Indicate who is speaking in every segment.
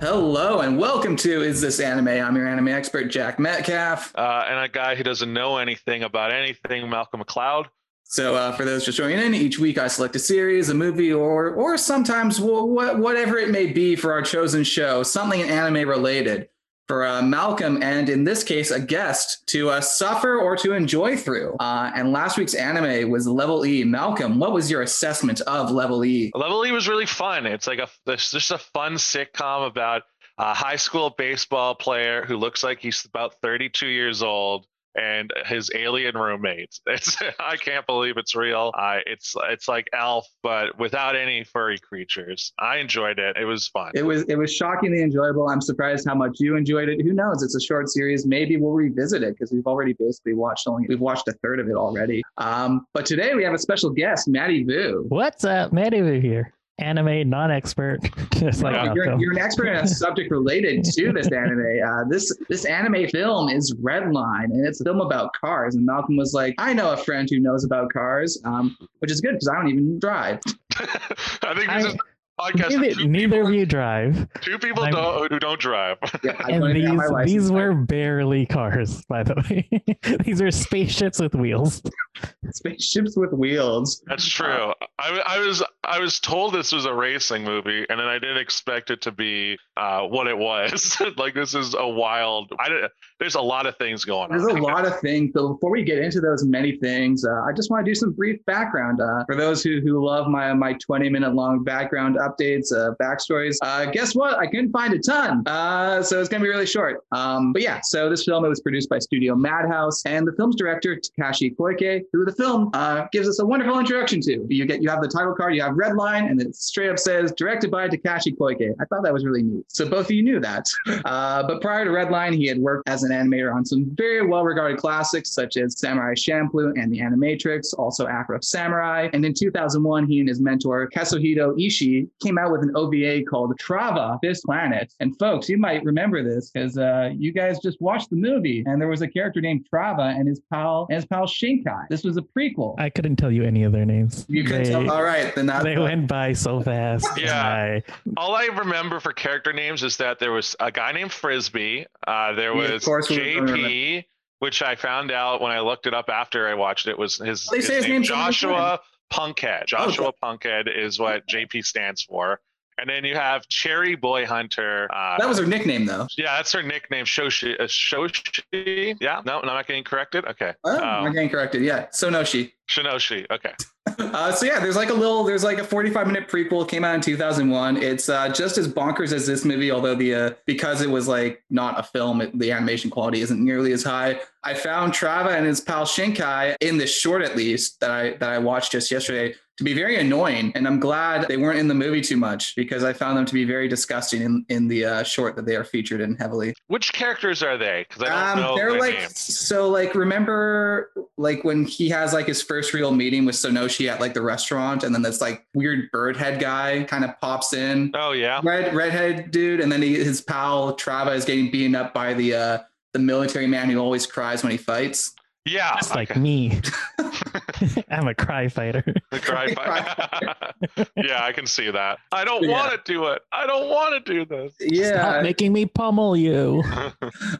Speaker 1: Hello and welcome to Is This Anime? I'm your anime expert, Jack Metcalf.
Speaker 2: Uh, and a guy who doesn't know anything about anything, Malcolm McLeod.
Speaker 1: So, uh, for those just joining in, each week I select a series, a movie, or or sometimes wh- wh- whatever it may be for our chosen show, something anime related for uh, Malcolm, and in this case, a guest to uh, suffer or to enjoy through. Uh, and last week's anime was Level E. Malcolm, what was your assessment of Level E?
Speaker 2: Level E was really fun. It's like a it's just a fun sitcom about a high school baseball player who looks like he's about 32 years old and his alien roommate. It's I can't believe it's real. I it's it's like Elf but without any furry creatures. I enjoyed it. It was fun.
Speaker 1: It was it was shockingly enjoyable. I'm surprised how much you enjoyed it. Who knows? It's a short series. Maybe we'll revisit it because we've already basically watched only we've watched a third of it already. Um, but today we have a special guest, Maddie Vu.
Speaker 3: What's up, Matt over here? Anime non-expert, just like
Speaker 1: You're- you're,
Speaker 3: Malcolm.
Speaker 1: you're an expert in a subject related to this anime. Uh, this this anime film is Redline, and it's a film about cars. And Malcolm was like, "I know a friend who knows about cars," um, which is good because I don't even drive.
Speaker 2: I think this
Speaker 3: I-
Speaker 2: is a podcast. of
Speaker 3: neither
Speaker 2: two
Speaker 3: neither
Speaker 2: people,
Speaker 3: of you drive,
Speaker 2: two people
Speaker 3: I'm-
Speaker 2: don't, who don't drive.
Speaker 1: Yeah, I
Speaker 3: and
Speaker 1: wanted to have
Speaker 3: these
Speaker 1: my license
Speaker 3: these
Speaker 1: plate.
Speaker 3: were barely cars, by the way. these are spaceships with wheels.
Speaker 1: spaceships with wheels.
Speaker 2: That's true. I, I was I was told this was a racing movie, and then I didn't expect it to be uh, what it was. like this is a wild. I didn't- there's a lot of things going
Speaker 1: There's a
Speaker 2: on.
Speaker 1: lot of things. So before we get into those many things, uh, I just want to do some brief background uh, for those who who love my my 20 minute long background updates, uh, backstories. Uh, guess what? I couldn't find a ton, uh, so it's gonna be really short. Um, but yeah, so this film it was produced by Studio Madhouse, and the film's director Takashi Koike, who the film uh, gives us a wonderful introduction to. You get you have the title card, you have red line, and it straight up says directed by Takashi Koike. I thought that was really neat. So both of you knew that. Uh, but prior to Redline, he had worked as an animator on some very well regarded classics such as Samurai Champloo and The Animatrix, also Afro Samurai. And in 2001, he and his mentor Kazuhito Ishii came out with an OVA called Trava, This Planet. And folks, you might remember this because uh, you guys just watched the movie and there was a character named Trava and his pal and his pal Shinkai. This was a prequel.
Speaker 3: I couldn't tell you any of their names.
Speaker 1: you could
Speaker 3: they,
Speaker 1: tell. All right, then that's
Speaker 3: they went by so fast. and
Speaker 2: Yeah.
Speaker 3: I-
Speaker 2: All I remember for character names is that there was a guy named Frisbee. Uh, there
Speaker 1: Yeah, of
Speaker 2: was
Speaker 1: course we remember
Speaker 2: JP, which I found out when I looked it up after I watched it was his,
Speaker 1: They
Speaker 2: his
Speaker 1: say his
Speaker 2: name
Speaker 1: name so many
Speaker 2: Joshua Punkhead.
Speaker 1: Oh,
Speaker 2: Joshua Punkhead is what JP stands for. And then you have Cherry Boy Hunter. Uh,
Speaker 1: That was her nickname, though.
Speaker 2: yeah, that's her nickname, Shoshi. Uh, Shoshi. Yeah, no, I'm not getting corrected. Okay,
Speaker 1: Oh, I'm
Speaker 2: um,
Speaker 1: getting corrected. Yeah, Sonoshi.
Speaker 2: Shinoshi. Okay,
Speaker 1: Uh, so yeah, there's like a little, there's like a 45 minute prequel. It came out in 2001. It's uh, just as bonkers as this movie, although the uh, because it was like not a film, it, the animation quality isn't nearly as high. I found Trava and his pal Shinkai in this short, at least that I that I watched just yesterday, to be very annoying. And I'm glad they weren't in the movie too much because I found them to be very disgusting in in the uh, short that they are featured in heavily.
Speaker 2: which characters are they? Because I don't know
Speaker 1: Um, they're
Speaker 2: their
Speaker 1: like
Speaker 2: names.
Speaker 1: so like remember like when he has like his first real meeting with Sonoshi at like the restaurant, and then this like weird bird head guy kind of pops in,
Speaker 2: Oh yeah,
Speaker 1: red redhead dude, and then he, his pal Trava is getting beaten up by the uh the military man who always cries when he fights.
Speaker 2: yeah.
Speaker 3: Just like
Speaker 2: okay.
Speaker 3: me. I'm a cry fighter.
Speaker 2: The cry fi- yeah, I can see that. I don't
Speaker 1: Yeah.
Speaker 2: want to do it. I don't want to do this.
Speaker 3: Stop making me pummel you.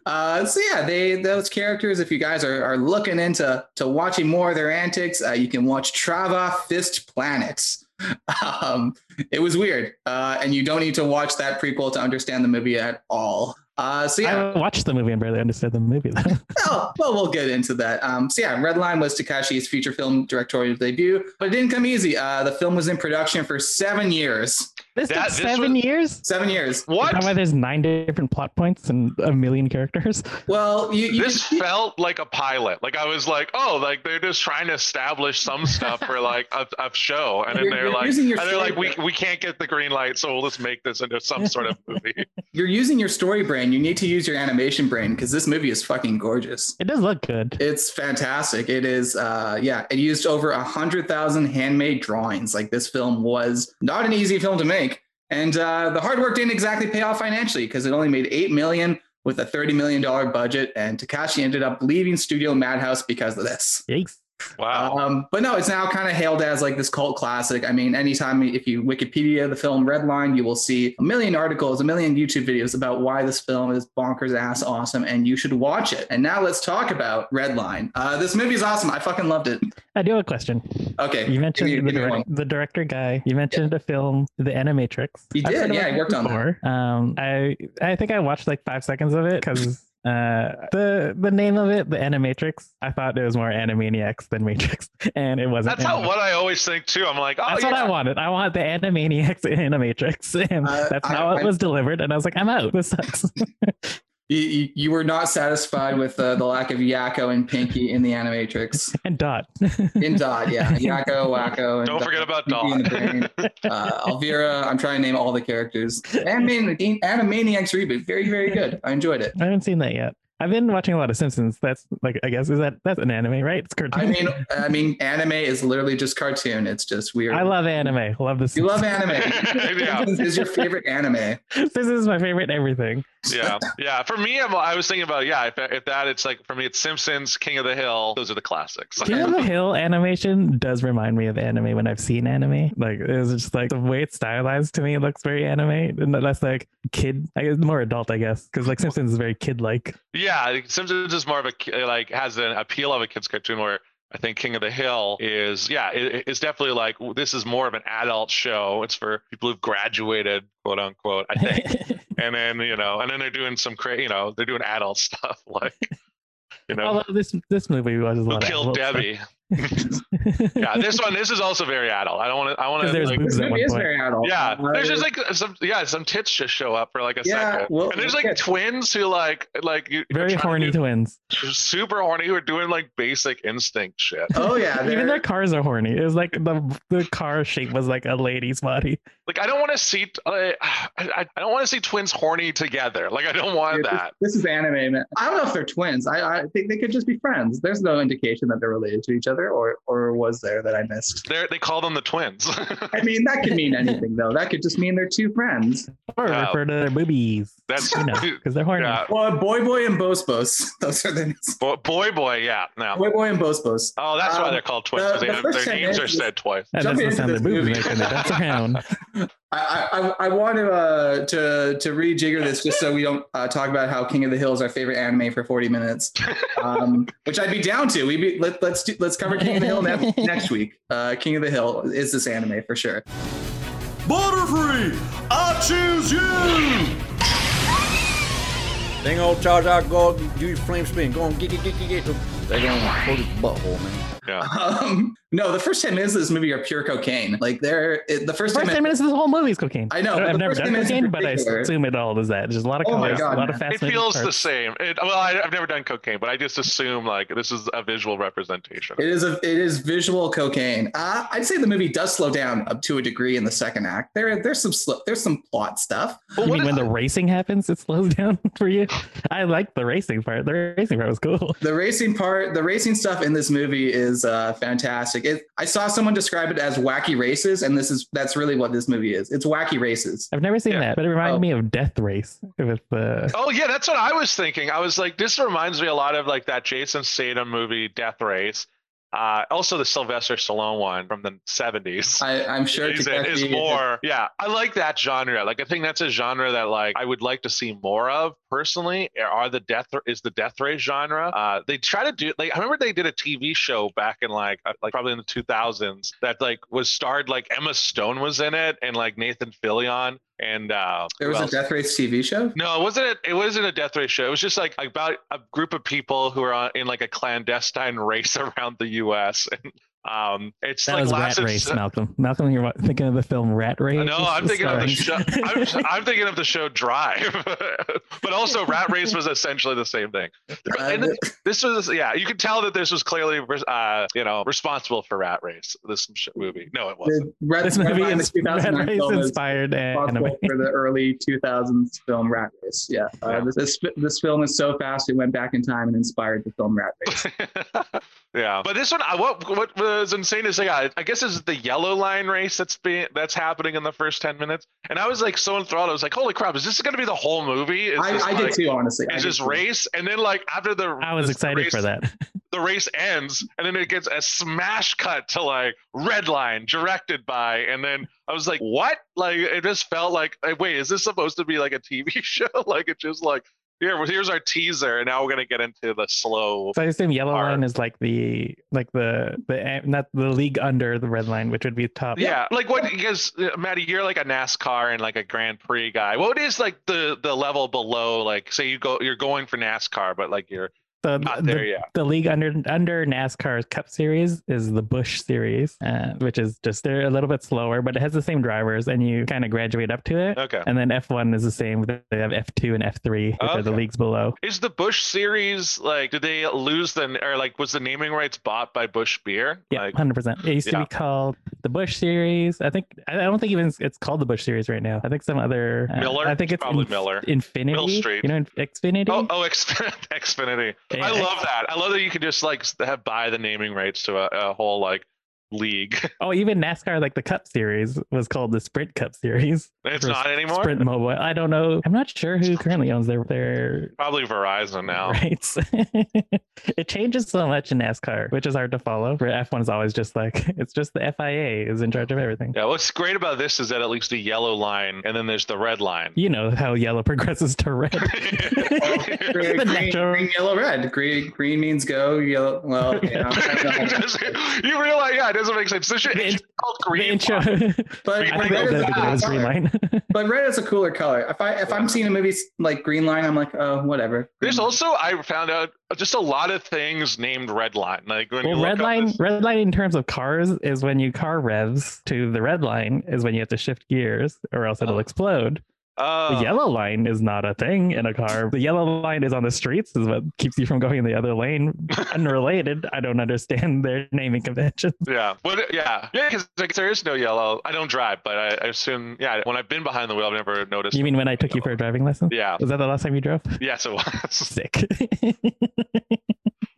Speaker 1: Uh, so yeah, they those characters. If you guys are, are looking into to watching more of their antics, uh, you can watch Trava Fist Planets. Um, it was weird, uh, and you don't need to watch that prequel to understand the movie at all. Uh, so yeah,
Speaker 3: I watched the movie and barely understood the movie though.
Speaker 1: oh, well, we'll get into that. Um, so yeah, Redline was Takashi's feature film directorial debut, but it didn't come easy. Uh, the film was in production for seven years.
Speaker 3: This
Speaker 2: That- this
Speaker 3: took seven years.
Speaker 1: Seven years.
Speaker 3: Is that why
Speaker 2: What?
Speaker 3: there's nine different plot points and a million characters?
Speaker 1: Well, you, you
Speaker 2: This felt like a pilot. Like I was like, oh, like they're just trying to establish some stuff for like a, a show, and then
Speaker 1: You're-
Speaker 2: they're
Speaker 1: you're
Speaker 2: like,
Speaker 1: using
Speaker 2: and
Speaker 1: your
Speaker 2: they're like, we
Speaker 1: story.
Speaker 2: we can't get the green light, so we'll just make this into some sort of movie.
Speaker 1: you're using your story brain. You need to use your animation brain because this movie is fucking gorgeous.
Speaker 3: It does look good.
Speaker 1: It's fantastic. It is, uh, yeah. It used over a hundred thousand handmade drawings. Like this film was not an easy film to make, and uh, the hard work didn't exactly pay off financially because it only made eight million with a thirty million dollar budget. And Takashi ended up leaving Studio Madhouse because of this.
Speaker 3: Yikes.
Speaker 2: Wow.
Speaker 1: Um, but no, it's now kind of hailed as like this cult classic. I mean, anytime if you Wikipedia the film Redline, you will see a million articles, a million YouTube videos about why this film is bonkers ass awesome and you should watch it. And now let's talk about Redline. Uh, this movie is awesome. I fucking loved it.
Speaker 3: I do have a question.
Speaker 1: Okay.
Speaker 3: You mentioned
Speaker 1: me-
Speaker 3: the,
Speaker 1: give me
Speaker 3: direct-
Speaker 1: one.
Speaker 3: the director guy. You mentioned a film, The Animatrix.
Speaker 1: He
Speaker 3: I've
Speaker 1: did,
Speaker 3: heard
Speaker 1: yeah,
Speaker 3: about
Speaker 1: he
Speaker 3: it
Speaker 1: worked on that.
Speaker 3: before. Um, I I think I watched like five seconds of it because uh, the the name of it, The Animatrix. I thought it was more Animaniacs than Matrix, and it wasn't.
Speaker 2: That's how
Speaker 3: Animatrix.
Speaker 2: what I always think too. I'm like, oh
Speaker 3: That's
Speaker 2: yeah,
Speaker 3: what I wanted. I want the Animaniacs in Animatrix, and
Speaker 1: Uh,
Speaker 3: that's
Speaker 1: I-
Speaker 3: how it
Speaker 1: I-
Speaker 3: was delivered. And I was like, I'm out. This sucks.
Speaker 1: You, you, you were not satisfied with uh, the lack of Yakko and Pinky in the Animatrix.
Speaker 3: and Dot.
Speaker 1: In Dot, yeah. Yakko, Wacko. And
Speaker 2: Don't
Speaker 1: Dot.
Speaker 2: forget about
Speaker 1: Pinky and the Brain.
Speaker 2: Dot.
Speaker 1: uh, Elvira. I'm trying to name all the characters. Anime, Animaniacs reboot, very very good. I enjoyed it.
Speaker 3: I haven't seen that yet. I've been watching a lot of Simpsons. That's like I guess is that that's an anime, right? It's cartoon.
Speaker 1: I mean, I mean, anime is literally just cartoon. It's just weird.
Speaker 3: I love anime. Love this.
Speaker 1: you love anime.
Speaker 2: yeah,
Speaker 1: Simpsons is your favorite anime.
Speaker 3: this is my favorite everything.
Speaker 2: yeah, yeah. For me, I'm, I was thinking about yeah. If, if that, it's like for me, it's Simpsons, King of the Hill. Those are the classics.
Speaker 3: King of the Hill animation does remind me of anime when I've seen anime. Like it's just like the way it's stylized to me looks very anime, and that's like kid. I guess more adult, I guess, because like Simpsons is very kid like.
Speaker 2: Yeah, I think Simpsons is more of a ki- like has an appeal of a kids cartoon where I think King of the Hill is yeah, it, it's definitely like w- this is more of an adult show. It's for people who've graduated, quote unquote, I think. and then you know, and then they're doing some cra- you know, they're doing adult stuff like you know,
Speaker 3: Although this this movie was a
Speaker 2: who
Speaker 3: lot of
Speaker 2: killed
Speaker 3: adult
Speaker 2: Debbie?
Speaker 3: stuff.
Speaker 2: Yeah, this one this is also very adult. I don't want to. I want
Speaker 3: 'Cause
Speaker 2: to.
Speaker 3: there's
Speaker 2: Like,
Speaker 3: boobs
Speaker 1: This
Speaker 3: at one
Speaker 1: movie is
Speaker 3: point.
Speaker 1: very adult.
Speaker 2: yeah,
Speaker 1: Uh,
Speaker 2: there's just like some yeah, some tits just show up for like a
Speaker 1: Yeah,
Speaker 2: second.
Speaker 1: well-
Speaker 2: and there's like
Speaker 1: yeah.
Speaker 2: twins who like like you they're
Speaker 3: Very
Speaker 2: trying to
Speaker 3: horny
Speaker 2: do-
Speaker 3: twins.
Speaker 2: super horny who are doing like basic instinct shit.
Speaker 1: oh yeah,
Speaker 3: Even
Speaker 1: they're-
Speaker 3: their cars are horny. It was like the the car shape was like a lady's body.
Speaker 2: Like I don't want to see t- uh, I, I, I don't want to see twins horny together. Like I don't want
Speaker 1: dude, this-
Speaker 2: that.
Speaker 1: This, is anime. Man. I don't know if they're twins. I, I think they could just be friends. There's no indication that they're related to each other, or or was there that I missed?
Speaker 2: They they call them the twins.
Speaker 1: I mean, that could mean anything though. That could just mean they're two friends.
Speaker 3: Or
Speaker 2: Yeah.
Speaker 3: refer to their boobies.
Speaker 2: That's
Speaker 3: You know, because they're horny.
Speaker 2: Uh, yeah.
Speaker 1: Well, Boy Boy and Bos Bos. Those are the names.
Speaker 2: Bo- boy boy yeah no.
Speaker 1: Boy Boy and Bos Bos.
Speaker 2: Oh, that's why
Speaker 1: Um,
Speaker 2: they're called twins.
Speaker 1: the-
Speaker 2: 'cause they
Speaker 1: the
Speaker 2: have-
Speaker 1: first
Speaker 2: their
Speaker 1: thing
Speaker 2: names
Speaker 1: is
Speaker 2: are
Speaker 1: just-
Speaker 2: said twice.
Speaker 3: And that's
Speaker 1: Jumping
Speaker 3: the
Speaker 1: into
Speaker 3: sound the
Speaker 1: this
Speaker 3: boobs
Speaker 1: movie.
Speaker 3: make when they dance around.
Speaker 1: I, I, I- I want to, uh, to to rejigger this just so we don't uh, talk about how King of the Hill is our favorite anime for 40 minutes, um, which I'd be down to. We be, let, let's do, let's cover King of the Hill ne- next week. Uh, King of the Hill is this anime for sure.
Speaker 4: Butterfree, I choose you! Dang old Charles, I'll go out and do your flame spin. Go on, get, get, get, get, get. They're going to hold his butthole, man.
Speaker 2: Yeah.
Speaker 1: Um, no, the first 10 minutes of this movie are pure cocaine. Like they're it, the first,
Speaker 3: First 10 minutes of the whole movie is cocaine.
Speaker 1: I know, but
Speaker 3: don't- I've
Speaker 1: the
Speaker 3: never
Speaker 1: first
Speaker 3: done
Speaker 1: 10 minutes in
Speaker 3: cocaine, but I
Speaker 1: particular-
Speaker 3: assume it all is that. There's a lot of
Speaker 1: Oh my
Speaker 3: colors,
Speaker 1: God,
Speaker 3: a lot of
Speaker 1: man.
Speaker 3: fast
Speaker 2: It feels the
Speaker 3: parts.
Speaker 2: same. It, well, I, I've never done cocaine, but I just assume like this is a visual representation.
Speaker 1: It is a it is visual cocaine. Uh, I'd say the movie does slow down up to a degree in the second act. There there's some sl- there's some plot stuff.
Speaker 2: But
Speaker 3: You
Speaker 2: what
Speaker 3: mean
Speaker 2: is-
Speaker 3: when the racing happens, it slows down for you? I like the racing part. The racing part was cool.
Speaker 1: The racing part, the racing stuff in this movie is uh, fantastic. It, I saw someone describe it as wacky races, and this is that's really what this movie is. It's wacky races.
Speaker 3: I've never seen
Speaker 2: Yeah.
Speaker 3: that, but it reminded
Speaker 1: Oh.
Speaker 3: me of Death Race with the
Speaker 2: Oh yeah, that's what I was thinking. I was like, this reminds me a lot of like that Jason Statham movie Death Race. Uh, also the Sylvester Stallone one from the seventies.
Speaker 1: I, I'm sure
Speaker 2: Is, it-
Speaker 1: Takeshi-
Speaker 2: is more, yeah. I like that genre. Like, I think that's a genre that, like, I would like to see more of personally. Are the death is the death race genre? Uh, they try to do like I remember they did a TV show back in like uh, like probably in the 2000s that like was starred like Emma Stone was in it and like Nathan Fillion and uh,
Speaker 1: There
Speaker 2: who
Speaker 1: was a
Speaker 2: else?
Speaker 1: Death Race TV show.
Speaker 2: No, it wasn't. A, it wasn't a death race show. It was just like about a group of people who are on, in like a clandestine race around the U.S. And um, it's
Speaker 3: That
Speaker 2: like
Speaker 3: was Rat
Speaker 2: lasted
Speaker 3: Race,
Speaker 2: se-
Speaker 3: Malcolm. Malcolm, you're wa- thinking of the film Rat Race.
Speaker 2: no, I'm thinking of the show.
Speaker 3: Starring-
Speaker 2: I'm, I'm thinking of the show Drive, but also Rat Race was essentially the same thing.
Speaker 1: Uh,
Speaker 2: And this, this was, yeah, you could tell that this was clearly, uh, you know, responsible for Rat Race. This sh- movie. No, it wasn't.
Speaker 1: the Red,
Speaker 3: this
Speaker 1: Red
Speaker 3: movie
Speaker 1: Line, the
Speaker 3: is
Speaker 1: 2009
Speaker 3: Rat Race
Speaker 1: film is
Speaker 3: inspired anime.
Speaker 1: responsible for the early 2000s film Rat Race. Yeah, uh,
Speaker 2: Yeah.
Speaker 1: This, this this film is so fast it went back in time and inspired the film Rat Race.
Speaker 2: Yeah, but this one, I, what what was insane is like I, I guess is the yellow line race that's being that's happening in the first ten minutes, and I was like so enthralled. I was like, holy crap, is this going to be the whole movie? Is
Speaker 1: I,
Speaker 2: this,
Speaker 1: I
Speaker 2: like,
Speaker 1: did too, honestly. I
Speaker 2: Is
Speaker 1: did
Speaker 2: this
Speaker 1: too.
Speaker 2: race, and then like after the
Speaker 3: I was
Speaker 2: this
Speaker 3: excited
Speaker 2: race,
Speaker 3: for that.
Speaker 2: The race ends, and then it gets a smash cut to like red line directed by, and then I was like, what? Like it just felt like, like, wait, is this supposed to be like a TV show? like it just like here, well, here's our teaser, and now we're gonna get into the slow.
Speaker 3: So I assume yellow
Speaker 2: Are-
Speaker 3: line is like the like the the not the league under the red line, which would be top.
Speaker 2: Yeah, like what? Because uh, Maddie, you're like a NASCAR and like a Grand Prix guy. What is like the the level below? Like, say you go, you're going for NASCAR, but like you're
Speaker 3: So the,
Speaker 2: not there
Speaker 3: the,
Speaker 2: yet.
Speaker 3: the league under under NASCAR's Cup Series is the Bush Series, uh, which is just they're a little bit slower, but it has the same drivers, and you kind of graduate up to it.
Speaker 2: Okay.
Speaker 3: And then F1 is the same. They have F2 and F3, which are the
Speaker 2: Okay.
Speaker 3: leagues below.
Speaker 2: Is the Bush series like? Did they lose the or like was the naming rights bought by Bush Beer?
Speaker 3: Yeah,
Speaker 2: Like,
Speaker 3: hundred percent. It used to
Speaker 2: yeah.
Speaker 3: be called the Bush series. I think I I don't think even it's called the Bush series right now. I think some other uh,
Speaker 2: Miller?
Speaker 3: I think it's
Speaker 2: Probably Miller.
Speaker 3: Infinity.
Speaker 2: Mill Street.
Speaker 3: You know, Inf- Xfinity.
Speaker 2: oh, oh, Xfin- Xfinity.
Speaker 3: Yeah,
Speaker 2: I
Speaker 3: X-
Speaker 2: love that. I love that you can just like s- have buy the naming rights to a, a whole like league.
Speaker 3: Oh, even NASCAR, like the Cup Series, was called the Sprint Cup Series.
Speaker 2: it's
Speaker 3: For
Speaker 2: not anymore.
Speaker 3: Sprint Mobile. I don't know. I'm not sure who currently owns their their
Speaker 2: Probably Verizon now.
Speaker 3: rights. it changes so much in NASCAR, which is hard to follow. Where F1 is always just like it's just the FIA is in charge of everything.
Speaker 2: Yeah, what's great about this is that at least the yellow line and then there's the red line.
Speaker 3: You know how yellow progresses to red.
Speaker 1: Green-
Speaker 3: The
Speaker 1: green,
Speaker 3: natural-
Speaker 1: green, yellow, red. Green, green means go. Yellow. Well, you know.
Speaker 2: you realize, yeah, it doesn't make sense. This should,
Speaker 3: The
Speaker 2: it
Speaker 3: in-
Speaker 2: should be called
Speaker 3: the
Speaker 2: green.
Speaker 3: intro.
Speaker 2: line.
Speaker 1: but
Speaker 2: Green
Speaker 3: I
Speaker 2: line
Speaker 1: red
Speaker 3: think that
Speaker 1: is a
Speaker 3: was the beginning
Speaker 1: cooler
Speaker 3: was green
Speaker 1: color.
Speaker 3: line.
Speaker 1: But red is a cooler color. If I if I'm seeing a movie like Green Line, I'm like, oh, whatever.
Speaker 2: There's also I found out just a lot of things named red line. Like when
Speaker 3: well,
Speaker 2: you
Speaker 3: red
Speaker 2: look up
Speaker 3: line,
Speaker 2: this-
Speaker 3: red line in terms of cars is when you car revs to the red line is when you have to shift gears or else it'll
Speaker 2: Oh.
Speaker 3: explode.
Speaker 2: uh,
Speaker 3: the yellow line is not a thing in a car. The yellow line is on the streets, is what keeps you from going in the other lane. Unrelated. I don't understand their naming conventions.
Speaker 2: Yeah, but yeah, yeah, because like, there is no yellow. I don't drive, but I, I assume yeah. When I've been behind the wheel, I've never noticed.
Speaker 3: You mean when I took you for a driving lesson?
Speaker 2: Yeah,
Speaker 3: Was that the last time you drove?
Speaker 2: yes, it was.
Speaker 3: Sick.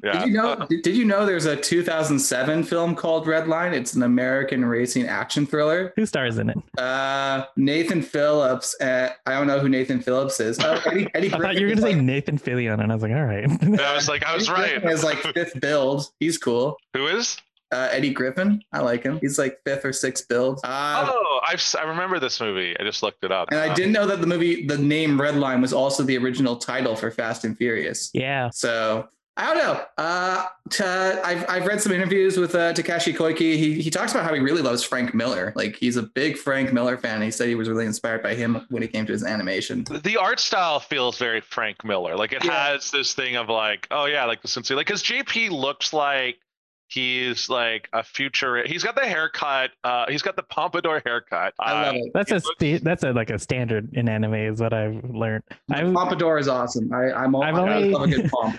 Speaker 2: Yeah.
Speaker 1: Did you know?
Speaker 2: Uh,
Speaker 1: Did did you know there's a 2007 film called Red Line? It's an American racing action thriller.
Speaker 3: Who stars in it?
Speaker 1: Uh, Nathan Phillips. Uh, I don't know who Nathan Phillips is. Oh, Eddie, Eddie
Speaker 3: I thought
Speaker 1: Griffin
Speaker 3: you were
Speaker 1: is
Speaker 3: gonna say
Speaker 1: like-
Speaker 3: Nathan Fillion, and I was like, all right.
Speaker 2: I was like, I was
Speaker 1: Eddie
Speaker 2: right.
Speaker 1: Griffin Is like fifth build. He's cool.
Speaker 2: Who is?
Speaker 1: Uh, Eddie Griffin. I like him. He's like fifth or sixth build. Uh,
Speaker 2: Oh, I've s- I remember this movie. I just looked it up.
Speaker 1: And I
Speaker 2: Uh,
Speaker 1: didn't know that the movie, the name Red Line, was also the original title for Fast and Furious.
Speaker 3: yeah.
Speaker 1: So I don't know. Uh, t- I've I've read some interviews with uh, Takashi Koike. He he talks about how he really loves Frank Miller. Like he's a big Frank Miller fan. and He said he was really inspired by him when it came to his animation.
Speaker 2: the art style feels very Frank Miller. Like it
Speaker 1: Yeah.
Speaker 2: has this thing of like, oh yeah, like the sincere. Like because JP looks like he's like a future. He's got the haircut. Uh, he's got the pompadour haircut.
Speaker 1: I love
Speaker 2: Uh,
Speaker 1: it.
Speaker 3: That's
Speaker 2: It
Speaker 3: a
Speaker 2: looks-
Speaker 3: sta- that's a like a standard in anime is what I've learned.
Speaker 1: The
Speaker 3: I've,
Speaker 1: Pompadour is awesome. I, I'm all,
Speaker 3: I've
Speaker 1: I
Speaker 3: only-
Speaker 1: love a good pomp.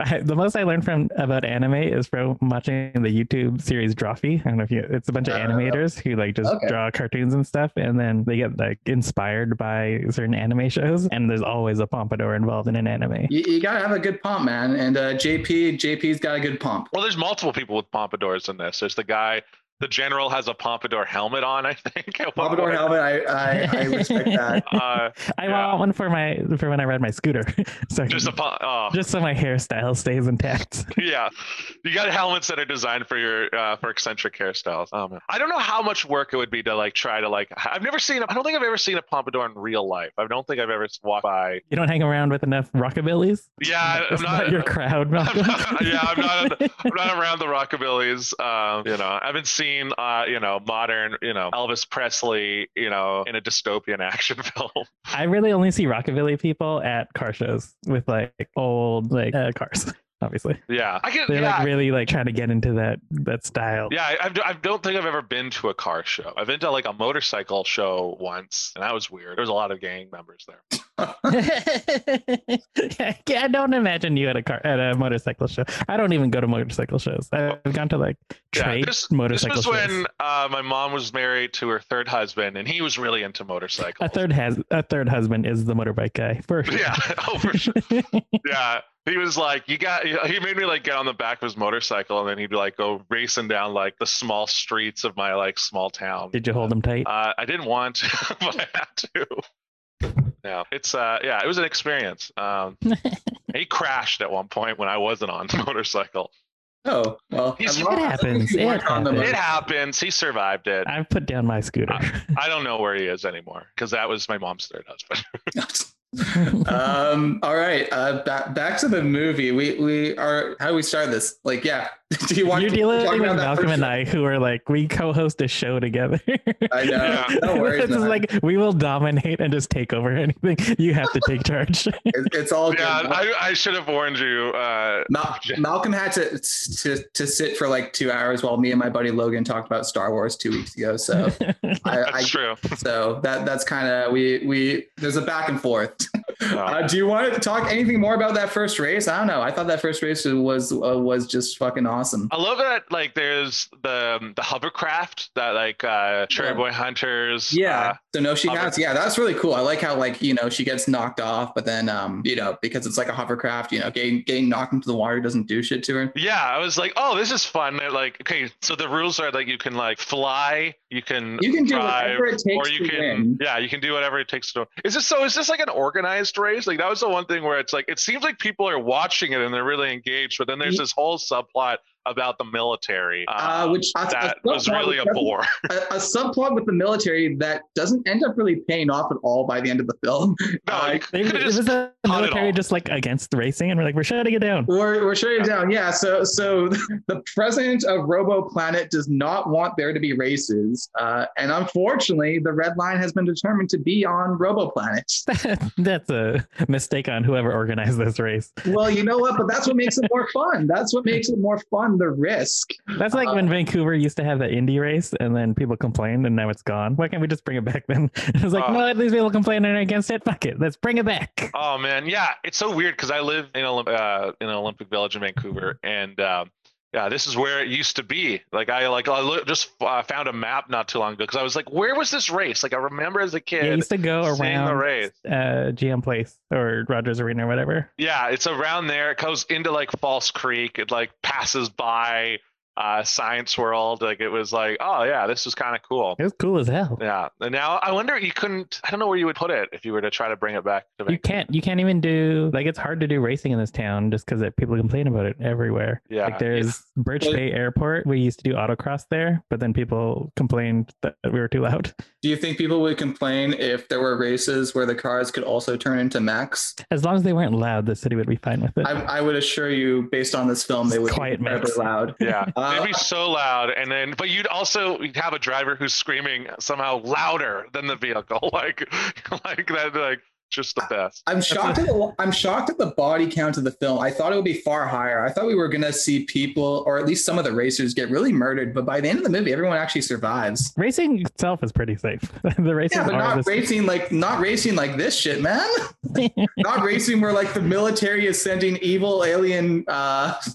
Speaker 3: I, the most I learned from about anime is from watching the YouTube series Drawfee. I don't know if you, it's a bunch of
Speaker 1: Uh,
Speaker 3: animators who like just
Speaker 1: okay.
Speaker 3: draw cartoons and stuff, and then they get like inspired by certain anime shows. And there's always a pompadour involved in an anime.
Speaker 1: You, you gotta have a good pomp, man. And uh, JP JP's got a good pomp.
Speaker 2: Well, there's multiple people with pompadours in this. There's the guy, the general has a pompadour helmet on, I think. at one
Speaker 1: Pompadour
Speaker 2: point.
Speaker 1: helmet. I I, I respect that.
Speaker 2: Uh,
Speaker 3: I
Speaker 2: yeah.
Speaker 3: want one for my for when I ride my scooter, so I
Speaker 2: just a
Speaker 3: can-
Speaker 2: pom- oh,
Speaker 3: just so my hairstyle stays intact.
Speaker 2: yeah. You got helmets that are designed for your uh, for eccentric hairstyles. Oh, man. I don't know how much work it would be to like try to like. I've never seen. I don't think I've ever seen a pompadour in real life. I don't think I've ever walked by.
Speaker 3: You don't hang around with enough rockabillys.
Speaker 2: Yeah, I- I'm
Speaker 3: That's
Speaker 2: not.
Speaker 3: your crowd,
Speaker 2: I'm
Speaker 3: Malcolm.
Speaker 2: not- yeah, I'm not. I'm not around the rockabillys. Um, you know, I haven't seen. Uh, you know, modern. You know, Elvis Presley. You know, in a dystopian action film.
Speaker 3: I really only see rockabilly people at car shows with like old like uh, cars, obviously.
Speaker 2: Yeah, I can. Oh,
Speaker 3: They're
Speaker 2: yeah,
Speaker 3: like really like trying to get into that that style.
Speaker 2: yeah. I, I've- I don't think I've ever been to a car show. I've been to like a motorcycle show once, and that was weird. There was a lot of gang members there.
Speaker 3: yeah, I don't imagine you at a car at a motorcycle show. I don't even go to motorcycle shows. I've gone to like trade motorcycle
Speaker 2: this was
Speaker 3: shows.
Speaker 2: when uh, my mom was married to her third husband, and he was really into
Speaker 3: a
Speaker 2: motorcycles.
Speaker 3: third has a third husband is the motorbike guy for sure.
Speaker 2: Yeah, oh, for sure. yeah. He was like, you got. He made me like get on the back of his motorcycle, and then he'd be like go racing down like the small streets of my like small town.
Speaker 3: Did you hold him tight?
Speaker 2: Uh, I didn't want to, but I had to. No, it's uh, yeah, it was an experience. Um, he crashed at one point when I wasn't on the motorcycle.
Speaker 1: Oh, well. I
Speaker 2: It
Speaker 1: love-
Speaker 3: happens.
Speaker 1: you
Speaker 3: It
Speaker 1: work on the
Speaker 3: happens.
Speaker 2: It
Speaker 1: motor-
Speaker 2: happens. He survived it.
Speaker 3: I've put down my scooter.
Speaker 2: I don't know where he is anymore because that was my mom's third husband. uh,
Speaker 1: um, all right. Uh, back, back to the movie. We we are how do we start this? Like, yeah. Do you want
Speaker 3: You're
Speaker 1: to talk
Speaker 3: dealing with
Speaker 1: about that
Speaker 3: Malcolm
Speaker 1: first?
Speaker 3: and I, who are like we co-host a show together.
Speaker 1: I know.
Speaker 2: Yeah.
Speaker 1: No worries.
Speaker 3: this is
Speaker 1: man.
Speaker 3: like we will dominate and just take over anything. You have to take charge.
Speaker 1: It- it's all good.
Speaker 2: yeah, I, I should have warned you. Uh,
Speaker 1: Mal- Malcolm had to, to to sit for like two hours while me and my buddy Logan talked about Star Wars two weeks ago. So I,
Speaker 2: that's
Speaker 1: I
Speaker 2: true.
Speaker 1: so that that's kind of we we there's a back and forth.
Speaker 2: No.
Speaker 1: Uh, do you want to talk anything more about that first race? I don't know. I thought that first race was uh, was just fucking awesome.
Speaker 2: I love that. Like, there's the um, the hovercraft that like uh, Cherry
Speaker 1: Yeah.
Speaker 2: Boy Hunters.
Speaker 1: Yeah. So no, she
Speaker 2: Uh, hover-
Speaker 1: has. Yeah, that's really cool. I like how like you know she gets knocked off, but then um you know because it's like a hovercraft, you know getting getting knocked into the water doesn't do shit to her.
Speaker 2: Yeah, I was like, oh, this is fun. They're like, okay, so the rules are like you can like fly, you can
Speaker 1: You can do
Speaker 2: drive,
Speaker 1: whatever it takes
Speaker 2: or you
Speaker 1: to
Speaker 2: can
Speaker 1: win.
Speaker 2: yeah, you can do whatever it takes to. Is this so? Is this like an organized race? Like that was the one thing where it's like it seems like people are watching it and they're really engaged, but then there's this whole subplot about the military,
Speaker 1: Uh,
Speaker 2: uh,
Speaker 1: which
Speaker 2: that was really a
Speaker 1: bore.
Speaker 2: bore.
Speaker 1: a, a subplot with the military that doesn't end up really paying off at all by the end of the film.
Speaker 2: no,
Speaker 1: Uh,
Speaker 2: you
Speaker 3: They,
Speaker 2: could've
Speaker 3: it
Speaker 2: just
Speaker 3: was the
Speaker 2: cut it
Speaker 3: military
Speaker 2: off.
Speaker 3: just like against racing, and we're like we're shutting it down.
Speaker 1: we're, we're shutting it down. Yeah. So so the president of Robo Planet does not want there to be races, uh, and unfortunately, the red line has been determined to be on Robo Planet.
Speaker 3: That's a mistake on whoever organized this race.
Speaker 1: Well, you know what? But that's what makes it more fun. That's what makes it more fun. The risk.
Speaker 3: That's like
Speaker 1: Uh-huh.
Speaker 3: when Vancouver used to have that indie race, and then people complained, and now it's gone. Why can't we just bring it back then? It's like
Speaker 1: Uh-huh.
Speaker 2: Uh,
Speaker 3: no, these people complaining against it. Fuck it, let's bring it back.
Speaker 2: Oh man, yeah, it's so weird because I live in Olymp- uh, in Olympic Village in Vancouver, and um, yeah, this is where it used to be. Like I like I lo- just uh, found a map not too long ago because I was like, where was this race? Like I remember as a
Speaker 3: Yeah, it
Speaker 2: kid
Speaker 3: used to go
Speaker 2: seeing the
Speaker 3: around
Speaker 2: race.
Speaker 3: uh, GM Place or Rogers Arena or whatever.
Speaker 2: Yeah, it's around there. It goes into like False Creek. It like passes by uh, Science World. Like it was like, oh yeah, this was kind of cool.
Speaker 3: It was cool as hell.
Speaker 2: Yeah, and now I wonder you couldn't. I don't know where you would put it if you were to try to bring it back to
Speaker 3: You
Speaker 2: Vancouver.
Speaker 3: can't. You can't even do like it's hard to do racing in this town just because people complain about it everywhere.
Speaker 2: Yeah,
Speaker 3: like there's Birch
Speaker 1: Well-
Speaker 3: Bay Airport. We used to do autocross there, but then people complained that we were too loud.
Speaker 1: Do you think people would complain if there were races where the cars could also turn into mechs?
Speaker 3: As long as they weren't loud, the city would be fine with it.
Speaker 1: I, I would assure you, based on this film, they would
Speaker 3: Quiet
Speaker 1: be incredibly
Speaker 3: mechs.
Speaker 1: loud.
Speaker 2: Yeah,
Speaker 1: Uh,
Speaker 2: they'd be so loud, and then but you'd also you'd have a driver who's screaming somehow louder than the vehicle, like like that, like just the best.
Speaker 1: I'm shocked. At the, I'm shocked at the body count of the film. I thought it would be far higher. I thought we were gonna see people, or at least some of the racers, get really murdered. But by the end of the movie, everyone actually survives.
Speaker 3: Racing itself is pretty safe. the racing
Speaker 1: Yeah, but
Speaker 3: are
Speaker 1: not
Speaker 3: this-
Speaker 1: racing like not racing like this shit, man. not racing where like the military is sending evil alien, uh,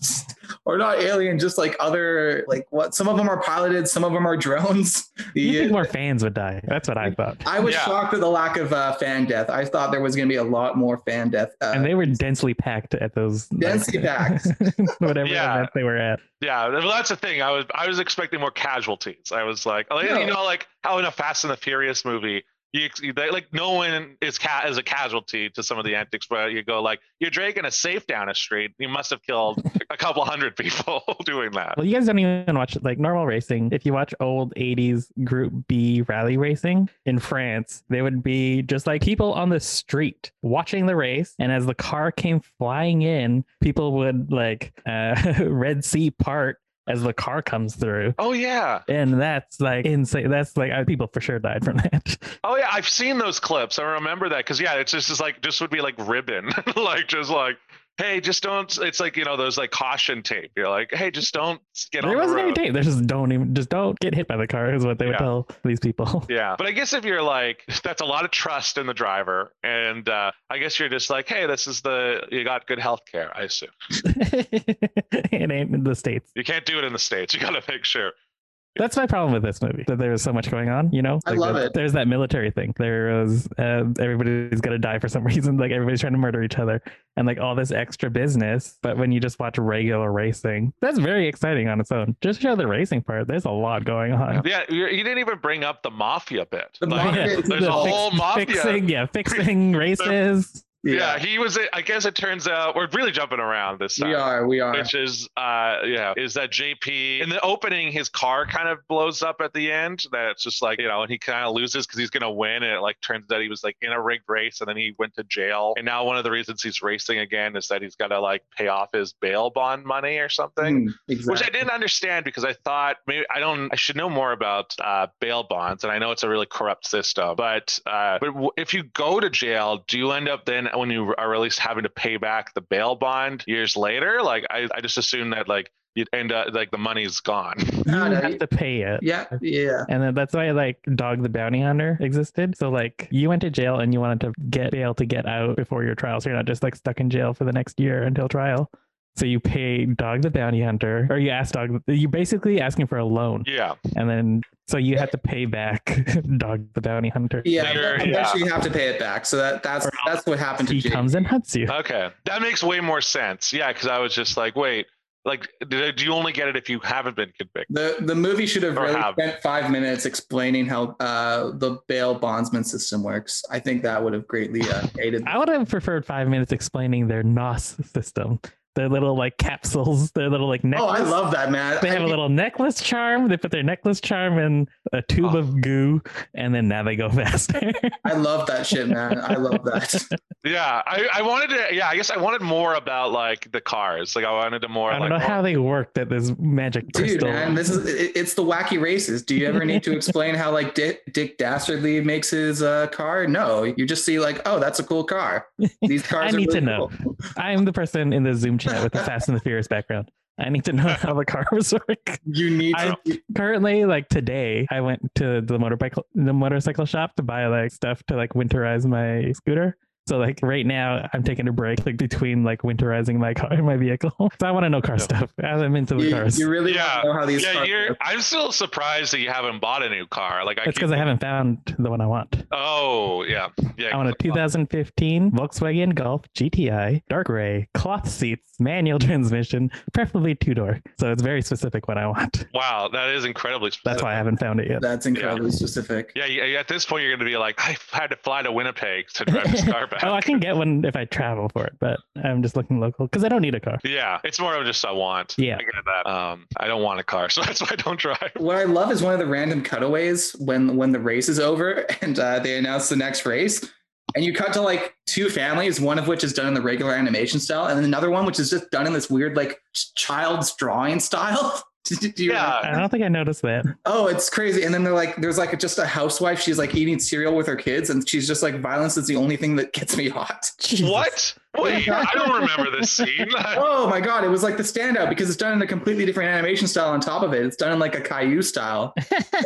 Speaker 1: or not alien, just like other like what. Some of them are piloted. Some of them are drones. The-
Speaker 3: You think more fans would die? That's what I thought.
Speaker 1: I was
Speaker 2: Yeah.
Speaker 1: shocked at the lack of uh, fan death. I thought there was gonna be a lot more fan death. Uh,
Speaker 3: And they were densely packed at those like,
Speaker 1: Densely packed.
Speaker 3: whatever
Speaker 2: Yeah.
Speaker 3: event they were at.
Speaker 2: Yeah, well, that's the thing. I was I was expecting more casualties. I was like, like,
Speaker 1: No.
Speaker 2: you know, like how in a Fast and the Furious movie, you ex- they, like no one is ca- is a casualty to some of the antics, but you go like you're dragging a safe down a street. You must have killed a couple hundred people doing that.
Speaker 3: Well, you guys don't even watch like normal racing. If you watch old 80s Group B rally racing in France, they would be just like people on the street watching the race. And as the car came flying in, people would like uh, Red Sea part as the car comes through.
Speaker 2: Oh yeah.
Speaker 3: And that's like insane. That's like I, people for sure died from that.
Speaker 2: Oh yeah, I've seen those clips. I remember that because yeah, it's just, it's like this would be like ribbon, like just like hey, just don't. It's like you know those like caution tape. You're like, hey, just don't get on
Speaker 3: there
Speaker 2: the
Speaker 3: wasn't any
Speaker 2: road.
Speaker 3: date. They just don't even just don't get hit by the car is what they would
Speaker 2: Yeah.
Speaker 3: tell these people.
Speaker 2: Yeah, but I guess if you're like, that's a lot of trust in the driver, and uh, I guess you're just like, hey, this is the you got good health care. I assume
Speaker 3: it ain't in the states.
Speaker 2: you can't do it in the states. You got to make sure.
Speaker 3: That's my problem with this movie. That there was so much going on, you know.
Speaker 1: I love
Speaker 3: there-
Speaker 1: it.
Speaker 3: There's that military thing. There was uh, everybody's gonna die for some reason. Like everybody's trying to murder each other, and like all this extra business. But when you just watch regular racing, that's very exciting on its own. Just show the racing part. There's a lot going on.
Speaker 2: Yeah, you're, you didn't even bring up the mafia bit.
Speaker 1: The
Speaker 2: Like,
Speaker 1: mafia-
Speaker 2: There's
Speaker 1: the
Speaker 2: a
Speaker 1: fix-
Speaker 2: whole mafia.
Speaker 3: Fixing, yeah, fixing races.
Speaker 2: Yeah. he was. I guess it turns out we're really jumping around this time.
Speaker 1: we are. We are.
Speaker 2: Which is, uh, yeah, is that JP in the opening? His car kind of blows up at the end. That's just like you know, and he kind of loses because he's gonna win, and it like turns out he was like in a rigged race, and then he went to jail. And now one of the reasons he's racing again is that he's gotta like pay off his bail bond money or something.
Speaker 1: Mm, exactly.
Speaker 2: Which I didn't understand because I thought maybe I don't I should know more about uh, bail bonds and I know it's a really corrupt system but uh, but w- if you go to jail do you end up then when you are released having to pay back the bail bond years later like I, I just assume that like you'd end up like the money's gone
Speaker 3: You
Speaker 1: No, no,
Speaker 3: have
Speaker 1: you-
Speaker 3: to pay it.
Speaker 1: Yeah. Yeah.
Speaker 3: And then that's why like Dog the Bounty Hunter existed. So like you went to jail and you wanted to get bail to get out before your trial. So you're not just like stuck in jail for the next year until trial. So you pay Dog the Bounty Hunter, or you ask Dog. You basically asking for a loan,
Speaker 2: yeah
Speaker 3: and then so you have to pay back Dog the Bounty Hunter.
Speaker 1: Yeah.
Speaker 2: Later,
Speaker 1: eventually you have to pay it back. So that that's
Speaker 3: Or
Speaker 1: that's what happened to
Speaker 3: He
Speaker 1: Jake.
Speaker 3: comes and hunts you.
Speaker 2: okay that makes way more sense yeah because I was just like wait like do do you only get it if you haven't been convicted
Speaker 1: The the movie should have
Speaker 2: Or
Speaker 1: really
Speaker 2: have.
Speaker 1: spent five minutes explaining how uh, the bail bondsman system works. I think that would have greatly uh, aided.
Speaker 3: I would have preferred five minutes explaining their NOS system, their little like capsules, their little like
Speaker 1: Oh,
Speaker 3: necklace.
Speaker 1: I love that, man.
Speaker 3: They
Speaker 1: I
Speaker 3: have a
Speaker 1: think-
Speaker 3: little necklace charm. They put their necklace charm in a tube
Speaker 2: Oh.
Speaker 3: of goo, and then now they go faster.
Speaker 1: I love that shit, man. I love that.
Speaker 2: yeah I, I wanted to yeah I guess I wanted more about like the cars like I wanted to more
Speaker 3: I don't
Speaker 2: like
Speaker 3: know how they worked at this magic
Speaker 1: Dude,
Speaker 3: crystal.
Speaker 1: man, this is it, it's the wacky races. Do you ever need to explain how like Dick, Dick Dastardly makes his uh, car? No, you just see like, oh, that's a cool car. These cars.
Speaker 3: I
Speaker 1: are
Speaker 3: need
Speaker 1: really
Speaker 3: to know.
Speaker 1: cool.
Speaker 3: I'm the person in the Zoom chat with the Fast and the Furious background. I need to know how the cars work.
Speaker 1: You need
Speaker 3: I-
Speaker 1: to.
Speaker 3: Currently, like today, I went to the motorcycle the motorcycle shop to buy like stuff to like winterize my scooter. So like right now, I'm taking a break like between like winterizing my car my vehicle. So I want to know car
Speaker 2: Yeah.
Speaker 3: stuff. I'm into the
Speaker 1: You,
Speaker 3: cars.
Speaker 1: you really
Speaker 2: Yeah.
Speaker 1: want to know how these.
Speaker 2: Yeah,
Speaker 1: cars
Speaker 2: you're.
Speaker 1: work.
Speaker 2: I'm still surprised that you haven't bought a new car. Like I.
Speaker 3: That's
Speaker 2: keep-
Speaker 3: because I haven't found the one I want.
Speaker 2: Oh yeah, yeah.
Speaker 3: I want a 2015 Volkswagen Golf GTI, dark gray, cloth seats, manual transmission, preferably two door. So it's very specific what I want.
Speaker 2: Wow, that is incredibly. Specific.
Speaker 3: That's why I haven't found it yet.
Speaker 1: That's incredibly specific.
Speaker 2: Yeah, yeah, at this point you're going to be like, I had to fly to Winnipeg to drive this car back.
Speaker 3: Oh, I can get one if I travel for it, but I'm just looking local because I don't need a car.
Speaker 2: Yeah, it's more of just I want.
Speaker 3: Yeah.
Speaker 2: I get that. Um, I don't want a car, so that's why I don't drive.
Speaker 1: What I love is one of the random cutaways when when the race is over and uh, they announce the next race, and you cut to like two families, one of which is done in the regular animation style, and then another one which is just done in this weird like ch- child's drawing style. Do you remember?
Speaker 2: Yeah,
Speaker 3: I don't think I noticed that.
Speaker 1: Oh, it's crazy. And then they're like, there's like just a housewife. She's like eating cereal with her kids, and she's just like, violence is the only thing that gets me hot.
Speaker 3: Jesus.
Speaker 2: what? Wait, I don't remember this scene.
Speaker 1: Oh my god, it was like the standout because it's done in a completely different animation style. On top of it, it's done in like a Caillou style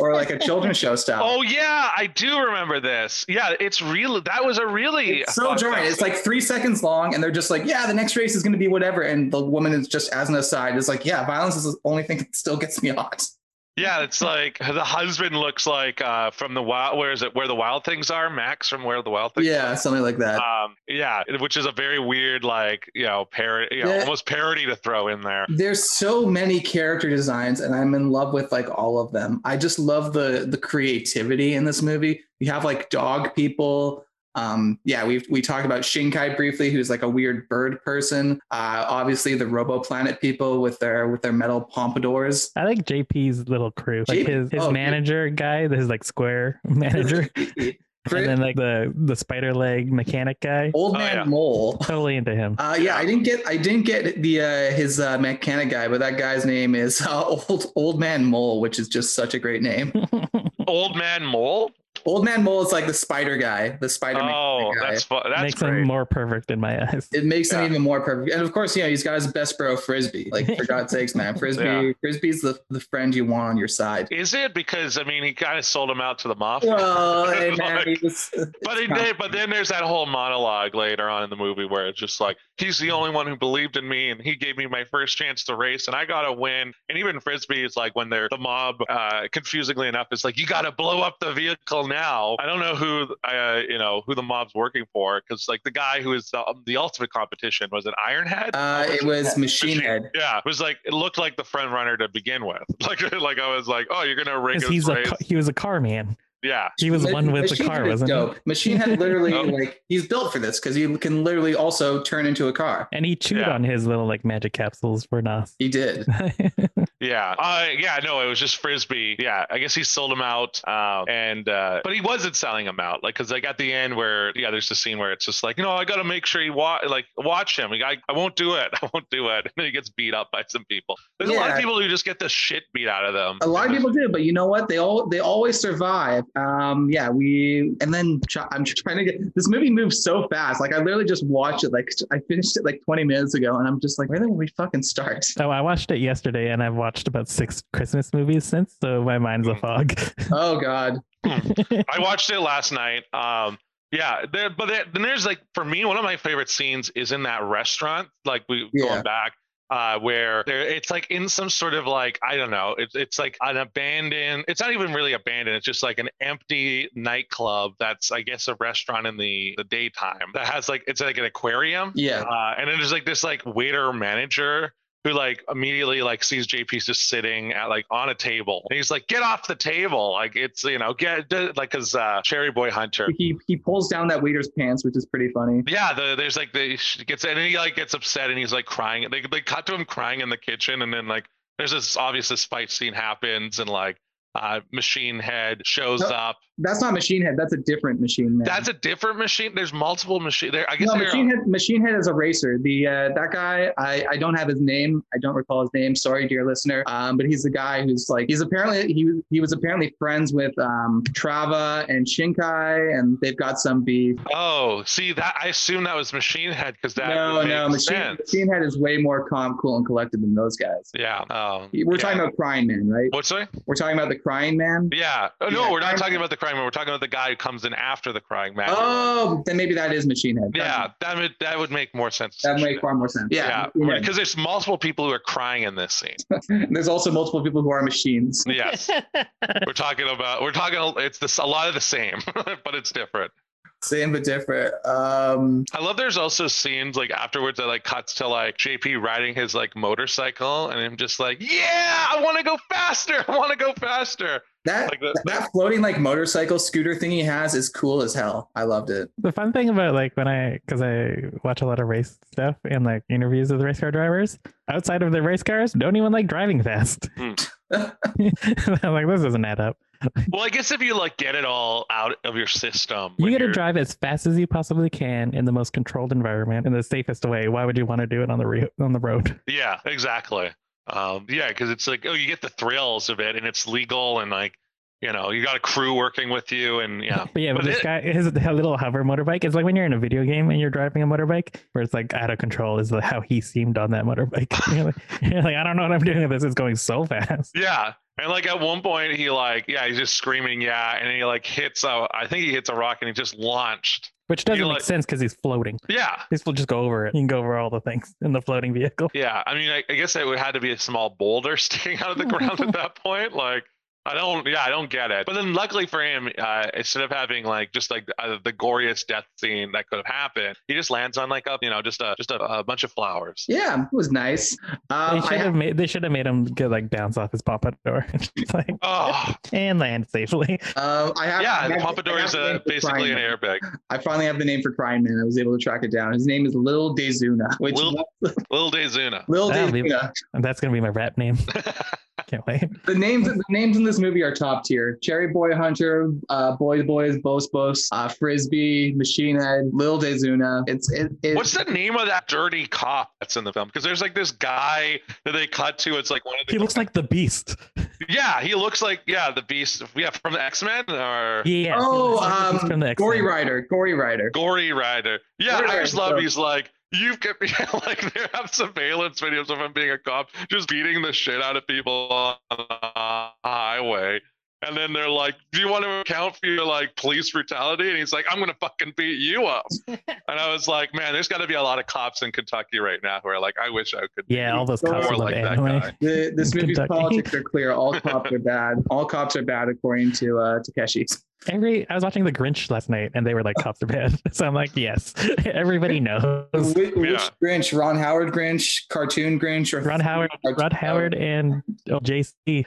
Speaker 1: or like a children's show style.
Speaker 2: oh yeah, I do remember this. Yeah, it's real. That was a really
Speaker 1: It's so
Speaker 2: fucked up
Speaker 1: jarring. It's
Speaker 2: scene.
Speaker 1: like three seconds long, and they're just like, "Yeah, the next race is going to be whatever." And the woman is just, as an aside, is like, "Yeah, violence is the only thing that still gets me hot."
Speaker 2: Yeah, it's like the husband looks like uh, from the wild. Where is it? Where the wild things are? Max from Where the Wild Things.
Speaker 1: Yeah, something like that.
Speaker 2: Um, yeah, which is a very weird, like you know, parody, you know,
Speaker 1: Yeah.
Speaker 2: almost parody to throw in there.
Speaker 1: There's so many character designs, and I'm in love with like all of them. I just love the the creativity in this movie. You have like dog people. Um, yeah, we we talked about Shinkai briefly, who's like a weird bird person. Uh, obviously, the Robo Planet people with their with their metal pompadours.
Speaker 3: I like JP's little crew, like
Speaker 1: JP?
Speaker 3: his his
Speaker 1: Oh, yeah.
Speaker 3: manager guy, his like square manager, and then like the the spider leg mechanic guy.
Speaker 1: Old
Speaker 2: Oh,
Speaker 1: man
Speaker 2: yeah.
Speaker 1: mole.
Speaker 3: Totally into him.
Speaker 1: Uh, yeah, I didn't get I didn't get the uh, his uh, mechanic guy, but that guy's name is uh, old old man mole, which is just such a great name.
Speaker 2: Old man mole.
Speaker 1: Old Man Mole is like the spider guy, the Spider Man.
Speaker 2: Oh,
Speaker 1: guy.
Speaker 2: that's fun. That's
Speaker 3: Makes
Speaker 2: great.
Speaker 3: him more perfect in my eyes.
Speaker 1: It makes
Speaker 2: Yeah.
Speaker 1: him even more perfect. And of course, you know, he's got his best bro Frisbee. Like for God's sakes, man. Frisbee
Speaker 2: Yeah.
Speaker 1: Frisbee's the, the friend you want on your side.
Speaker 2: Is it because I mean he kind of sold him out to the mafia?
Speaker 1: Well, hey, man, Oh, he
Speaker 2: Like,
Speaker 1: was,
Speaker 2: but he
Speaker 1: it's not-
Speaker 2: did. But then there's that whole monologue later on in the movie where it's just like he's the only one who believed in me, and he gave me my first chance to race, and I got to win. And even frisbee is like when they're the mob, uh, confusingly enough, is like you got to blow up the vehicle now. I don't know who uh, you know who the mob's working for because like the guy who is the, um, the ultimate competition was an Ironhead.
Speaker 1: uh, it was Machine Head.
Speaker 2: Yeah, it was like it looked like the front runner to begin with. Like, like I was like, oh, you're gonna rig
Speaker 3: 'Cause
Speaker 2: this
Speaker 3: he's a
Speaker 2: race.
Speaker 3: ca- he was a car man.
Speaker 2: yeah,
Speaker 3: He was
Speaker 1: Ma-
Speaker 3: one with the
Speaker 1: Machine
Speaker 3: car,
Speaker 1: Head is
Speaker 3: wasn't he?
Speaker 1: dope. Machine Head literally
Speaker 2: Oh.
Speaker 1: like he's built for this because he can literally also turn into a car.
Speaker 3: And he chewed
Speaker 2: Yeah.
Speaker 3: on his little like magic capsules for Nas.
Speaker 1: He did.
Speaker 2: yeah, uh, yeah. No, it was just frisbee. Yeah, I guess he sold him out. Um, and uh, but he wasn't selling him out, like, cause like at the end where yeah, there's the scene where it's just like, you know, I gotta make sure you watch, like, watch him. Like, I, I won't do it. I won't do it. And then he gets beat up by some people. There's a lot of
Speaker 1: Yeah.
Speaker 2: people who just get the shit beat out of them.
Speaker 1: A lot of people do, but you know what? They all they always survive. Um, yeah, we and then tr- I'm trying to get this movie moves so fast. Like I literally just watched it. Like I finished it like 20 minutes ago, and I'm just like, where did we fucking start?
Speaker 3: oh, I watched it yesterday, and I've watched about six Christmas movies since, so my mind's a
Speaker 2: Mm.
Speaker 3: fog.
Speaker 1: Oh God,
Speaker 2: I watched it last night. Um, yeah, there, but there, then there's like for me, one of my favorite scenes is in that restaurant. Like we
Speaker 1: Yeah.
Speaker 2: going back, uh, where there, it's like in some sort of like I don't know. It's it's like an abandoned. It's not even really abandoned. It's just like an empty nightclub. That's I guess a restaurant in the the daytime that has like it's like an aquarium.
Speaker 1: yeah.
Speaker 2: Uh, and then there's like this like waiter manager who like immediately like sees JP just sitting at like on a table, and he's like, "Get off the table!" Like it's you know get d- like because uh, Cherry Boy Hunter.
Speaker 1: He he pulls down that waiter's pants, which is pretty funny.
Speaker 2: Yeah, the, there's like the she gets and he like gets upset and he's like crying. They they cut to him crying in the kitchen, and then like there's this obvious this fight scene happens, and like uh, Machine Head shows
Speaker 1: No,
Speaker 2: up.
Speaker 1: That's not Machine Head. That's a different Machine Man.
Speaker 2: That's a different machine. There's multiple machine. There, I guess
Speaker 1: no,
Speaker 2: they're-
Speaker 1: Machine Head, Machine Head is a racer. The uh, that guy, I, I don't have his name. I don't recall his name. Sorry, dear listener. Um, but he's the guy who's like he's apparently he was he was apparently friends with um Trava and Shinkai, and they've got some beef.
Speaker 2: Oh, see that I assume that was Machine Head because that
Speaker 1: no,
Speaker 2: would make
Speaker 1: no, Machine,
Speaker 2: sense.
Speaker 1: Machine Head is way more calm, cool, and collected than those guys.
Speaker 2: Yeah. Um,
Speaker 1: We're
Speaker 2: yeah.
Speaker 1: talking about Crying Man, right?
Speaker 2: What's that?
Speaker 1: We're talking about the Crying Man.
Speaker 2: Yeah. Oh, no,
Speaker 1: Yeah,
Speaker 2: we're not
Speaker 1: crime-
Speaker 2: talking about the crying man. We're talking about the guy who comes in after the crying man.
Speaker 1: Oh, then maybe that is Machine Head.
Speaker 2: yeah. That would that would make more sense.
Speaker 1: That would make far more sense. Yeah.
Speaker 2: Yeah.
Speaker 1: Machine Head.
Speaker 2: Because there's multiple people who are crying in this scene.
Speaker 1: And There's also multiple people who are machines.
Speaker 2: Yes. we're talking about we're talking. It's this a lot of the same, but it's different.
Speaker 1: Same but different. Um,
Speaker 2: I love there's also scenes like afterwards that like cuts to like JP riding his like motorcycle and I'm just like, yeah, I want to go faster. I want to go faster.
Speaker 1: That
Speaker 2: Like the-
Speaker 1: that floating like motorcycle scooter thing he has is cool as hell. I loved it.
Speaker 3: the fun thing about like when I, because I watch a lot of race stuff and like interviews with race car drivers, outside of their race cars, don't even like driving fast.
Speaker 2: Hmm.
Speaker 3: I'm like, this doesn't add up.
Speaker 2: Well, I guess if you like get it all out of your system,
Speaker 3: You
Speaker 2: when
Speaker 3: got to
Speaker 2: you're-
Speaker 3: drive as fast as you possibly can in the most controlled environment in the safest way. Why would you want to do it on the re- on the road?
Speaker 2: Yeah, exactly. Um, yeah, because it's like, oh, you get the thrills of it, and it's legal, and like, you know, you got a crew working with you, and yeah,
Speaker 3: But yeah, but,
Speaker 2: But
Speaker 3: this
Speaker 2: it-
Speaker 3: guy his little hover motorbike. It's like when you're in a video game and you're driving a motorbike, where it's like out of control. Is how he seemed on that motorbike. you're, like, you're like, I don't know what I'm doing. with This is going so fast.
Speaker 2: yeah. And like at one point, he like, yeah, he's just screaming, yeah, and he like hits a, I think he hits a rock, and he just launched.
Speaker 3: Which doesn't
Speaker 2: You're
Speaker 3: make
Speaker 2: like-
Speaker 3: sense because he's floating.
Speaker 2: Yeah,
Speaker 3: This will just go over it. You can go over all the things in the floating vehicle.
Speaker 2: yeah. I mean, I, I guess it would had to be a small boulder sticking out of the ground at that point, like. I don't, yeah, I don't get it. But then, luckily for him, uh, instead of having like just like uh, the goriest death scene that could have happened, he just lands on like a, you know, just a just a, a bunch of flowers.
Speaker 1: Yeah, it was nice. Um,
Speaker 2: Uh,
Speaker 3: they
Speaker 1: I
Speaker 3: should have made. They should have made him go like bounce off his pompadour, It's like,
Speaker 2: Oh,
Speaker 3: and land safely.
Speaker 1: uh, I have I
Speaker 2: yeah.
Speaker 1: have-
Speaker 2: The
Speaker 1: I
Speaker 2: pompadour
Speaker 1: have
Speaker 2: is
Speaker 1: the name
Speaker 2: a,
Speaker 1: for
Speaker 2: basically
Speaker 1: Crying
Speaker 2: an
Speaker 1: Man.
Speaker 2: airbag.
Speaker 1: I finally have the name for Crying Man. I was able to track it down. His name is Lil Dezuna, which
Speaker 2: Lil- Little Dezuna.
Speaker 1: Lil
Speaker 3: That'll be-
Speaker 1: Dezuna.
Speaker 3: And that's gonna be my rap name. Can't wait.
Speaker 1: The names the names in this movie are top tier. Cherry Boy Hunter, uh, Boys Boys, Bose Bose, uh, Frisbee, Machine Head, Lil Dezuna. It's it, it,
Speaker 2: What's the name of that dirty cop that's in the film? Because there's like this guy that they cut to. It's like one of the.
Speaker 3: He looks like the beast.
Speaker 2: Yeah, he looks like yeah the Beast. Yeah, from the X Men or
Speaker 3: Yeah.
Speaker 1: oh,
Speaker 3: so
Speaker 1: um,
Speaker 3: he's from the X-Men.
Speaker 1: Gory Rider, Gory Rider.
Speaker 2: Gory Rider. Yeah,
Speaker 1: Gory
Speaker 2: I just
Speaker 1: Rider,
Speaker 2: love.
Speaker 1: so-
Speaker 2: He's like you've kept me like there have surveillance videos of him being a cop, just beating the shit out of people on the highway. And then they're like, "Do you want to account for your like police brutality?" And he's like, "I'm gonna fucking beat you up." and I was like, "Man, there's got to be a lot of cops in Kentucky right now who are like, I wish I could." be
Speaker 3: Yeah, all those
Speaker 1: More
Speaker 3: cops love
Speaker 2: like that
Speaker 3: anime.
Speaker 2: guy.
Speaker 1: The, this movie's
Speaker 3: Kentucky.
Speaker 1: politics are clear. All cops are bad. All cops are bad, according to uh, Takeshi.
Speaker 3: Every I was watching The Grinch last night, and they were like cops are bad. So I'm like, yes, everybody knows.
Speaker 1: Which, which
Speaker 2: Yeah.
Speaker 1: Grinch? Ron Howard Grinch, cartoon Grinch, or
Speaker 3: Ron Howard, Rod Howard, and oh, JC.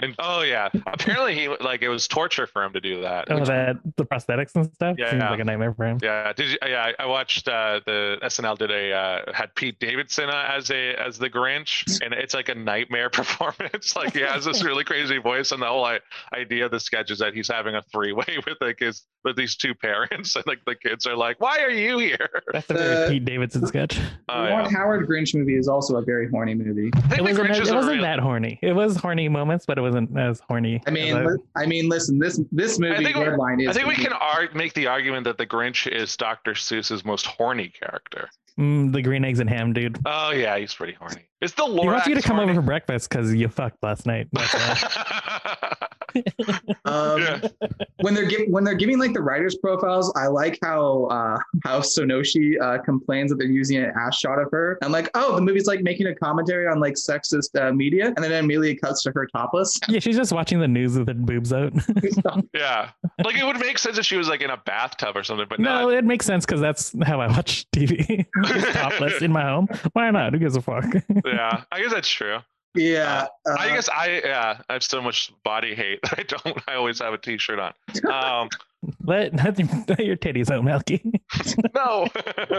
Speaker 2: And oh yeah, apparently he like it was torture for him to do that.
Speaker 3: Oh,
Speaker 2: which-
Speaker 3: that the prosthetics and stuff
Speaker 2: Yeah.
Speaker 3: seems like a nightmare for him.
Speaker 2: yeah, did you, yeah, I I watched uh, the SNL did a uh, had Pete Davidson uh, as a as the Grinch, and it's like a nightmare performance. like he has this really crazy voice, and the whole I, idea of the sketch is that he's having a three way with like his with these two parents, and like the kids are like, "Why are you here?"
Speaker 3: That's a very
Speaker 1: Uh,
Speaker 3: Pete Davidson sketch.
Speaker 2: Oh,
Speaker 1: the
Speaker 2: yeah.
Speaker 1: Ron Howard Grinch movie is also a very horny movie.
Speaker 2: I think
Speaker 3: It
Speaker 2: the
Speaker 3: wasn't,
Speaker 2: Grinch
Speaker 3: as-
Speaker 2: is
Speaker 3: it
Speaker 2: a
Speaker 3: wasn't
Speaker 2: real-
Speaker 3: that horny. It was horny moments, but it wasn't as horny.
Speaker 1: I mean,
Speaker 3: as
Speaker 1: li- I mean, listen, this this movie
Speaker 2: think we-
Speaker 1: headline is.
Speaker 2: I think we can ar- make the argument that the Grinch is Dr. Seuss's most horny character.
Speaker 3: mm, the green eggs and ham, dude.
Speaker 2: Oh yeah, he's pretty horny. It's the Lorax.
Speaker 3: He wants you to come
Speaker 2: horny?
Speaker 3: over for breakfast because you fucked last night. That's why.
Speaker 1: Um,
Speaker 2: yeah.
Speaker 1: When they're giving when they're giving like the writers' profiles, I like how uh, how Sonoshi uh, complains that they're using an ass shot of her. I'm like, oh, the movie's like making a commentary on like sexist uh, media, and then it immediately cuts to her topless.
Speaker 3: yeah, she's just watching the news with her boobs out.
Speaker 2: yeah. Like it would make sense if she was like in a bathtub or something, but
Speaker 3: no,
Speaker 2: not.
Speaker 3: it makes sense because that's how I watch TV. Just topless in my home. Why not? Who gives a fuck?
Speaker 2: Yeah, I guess that's true.
Speaker 1: yeah, uh,
Speaker 2: I guess I yeah, I have so much body hate that I don't. I always have a T-shirt on. Um,
Speaker 3: let, let your titties out, Malky.
Speaker 2: no.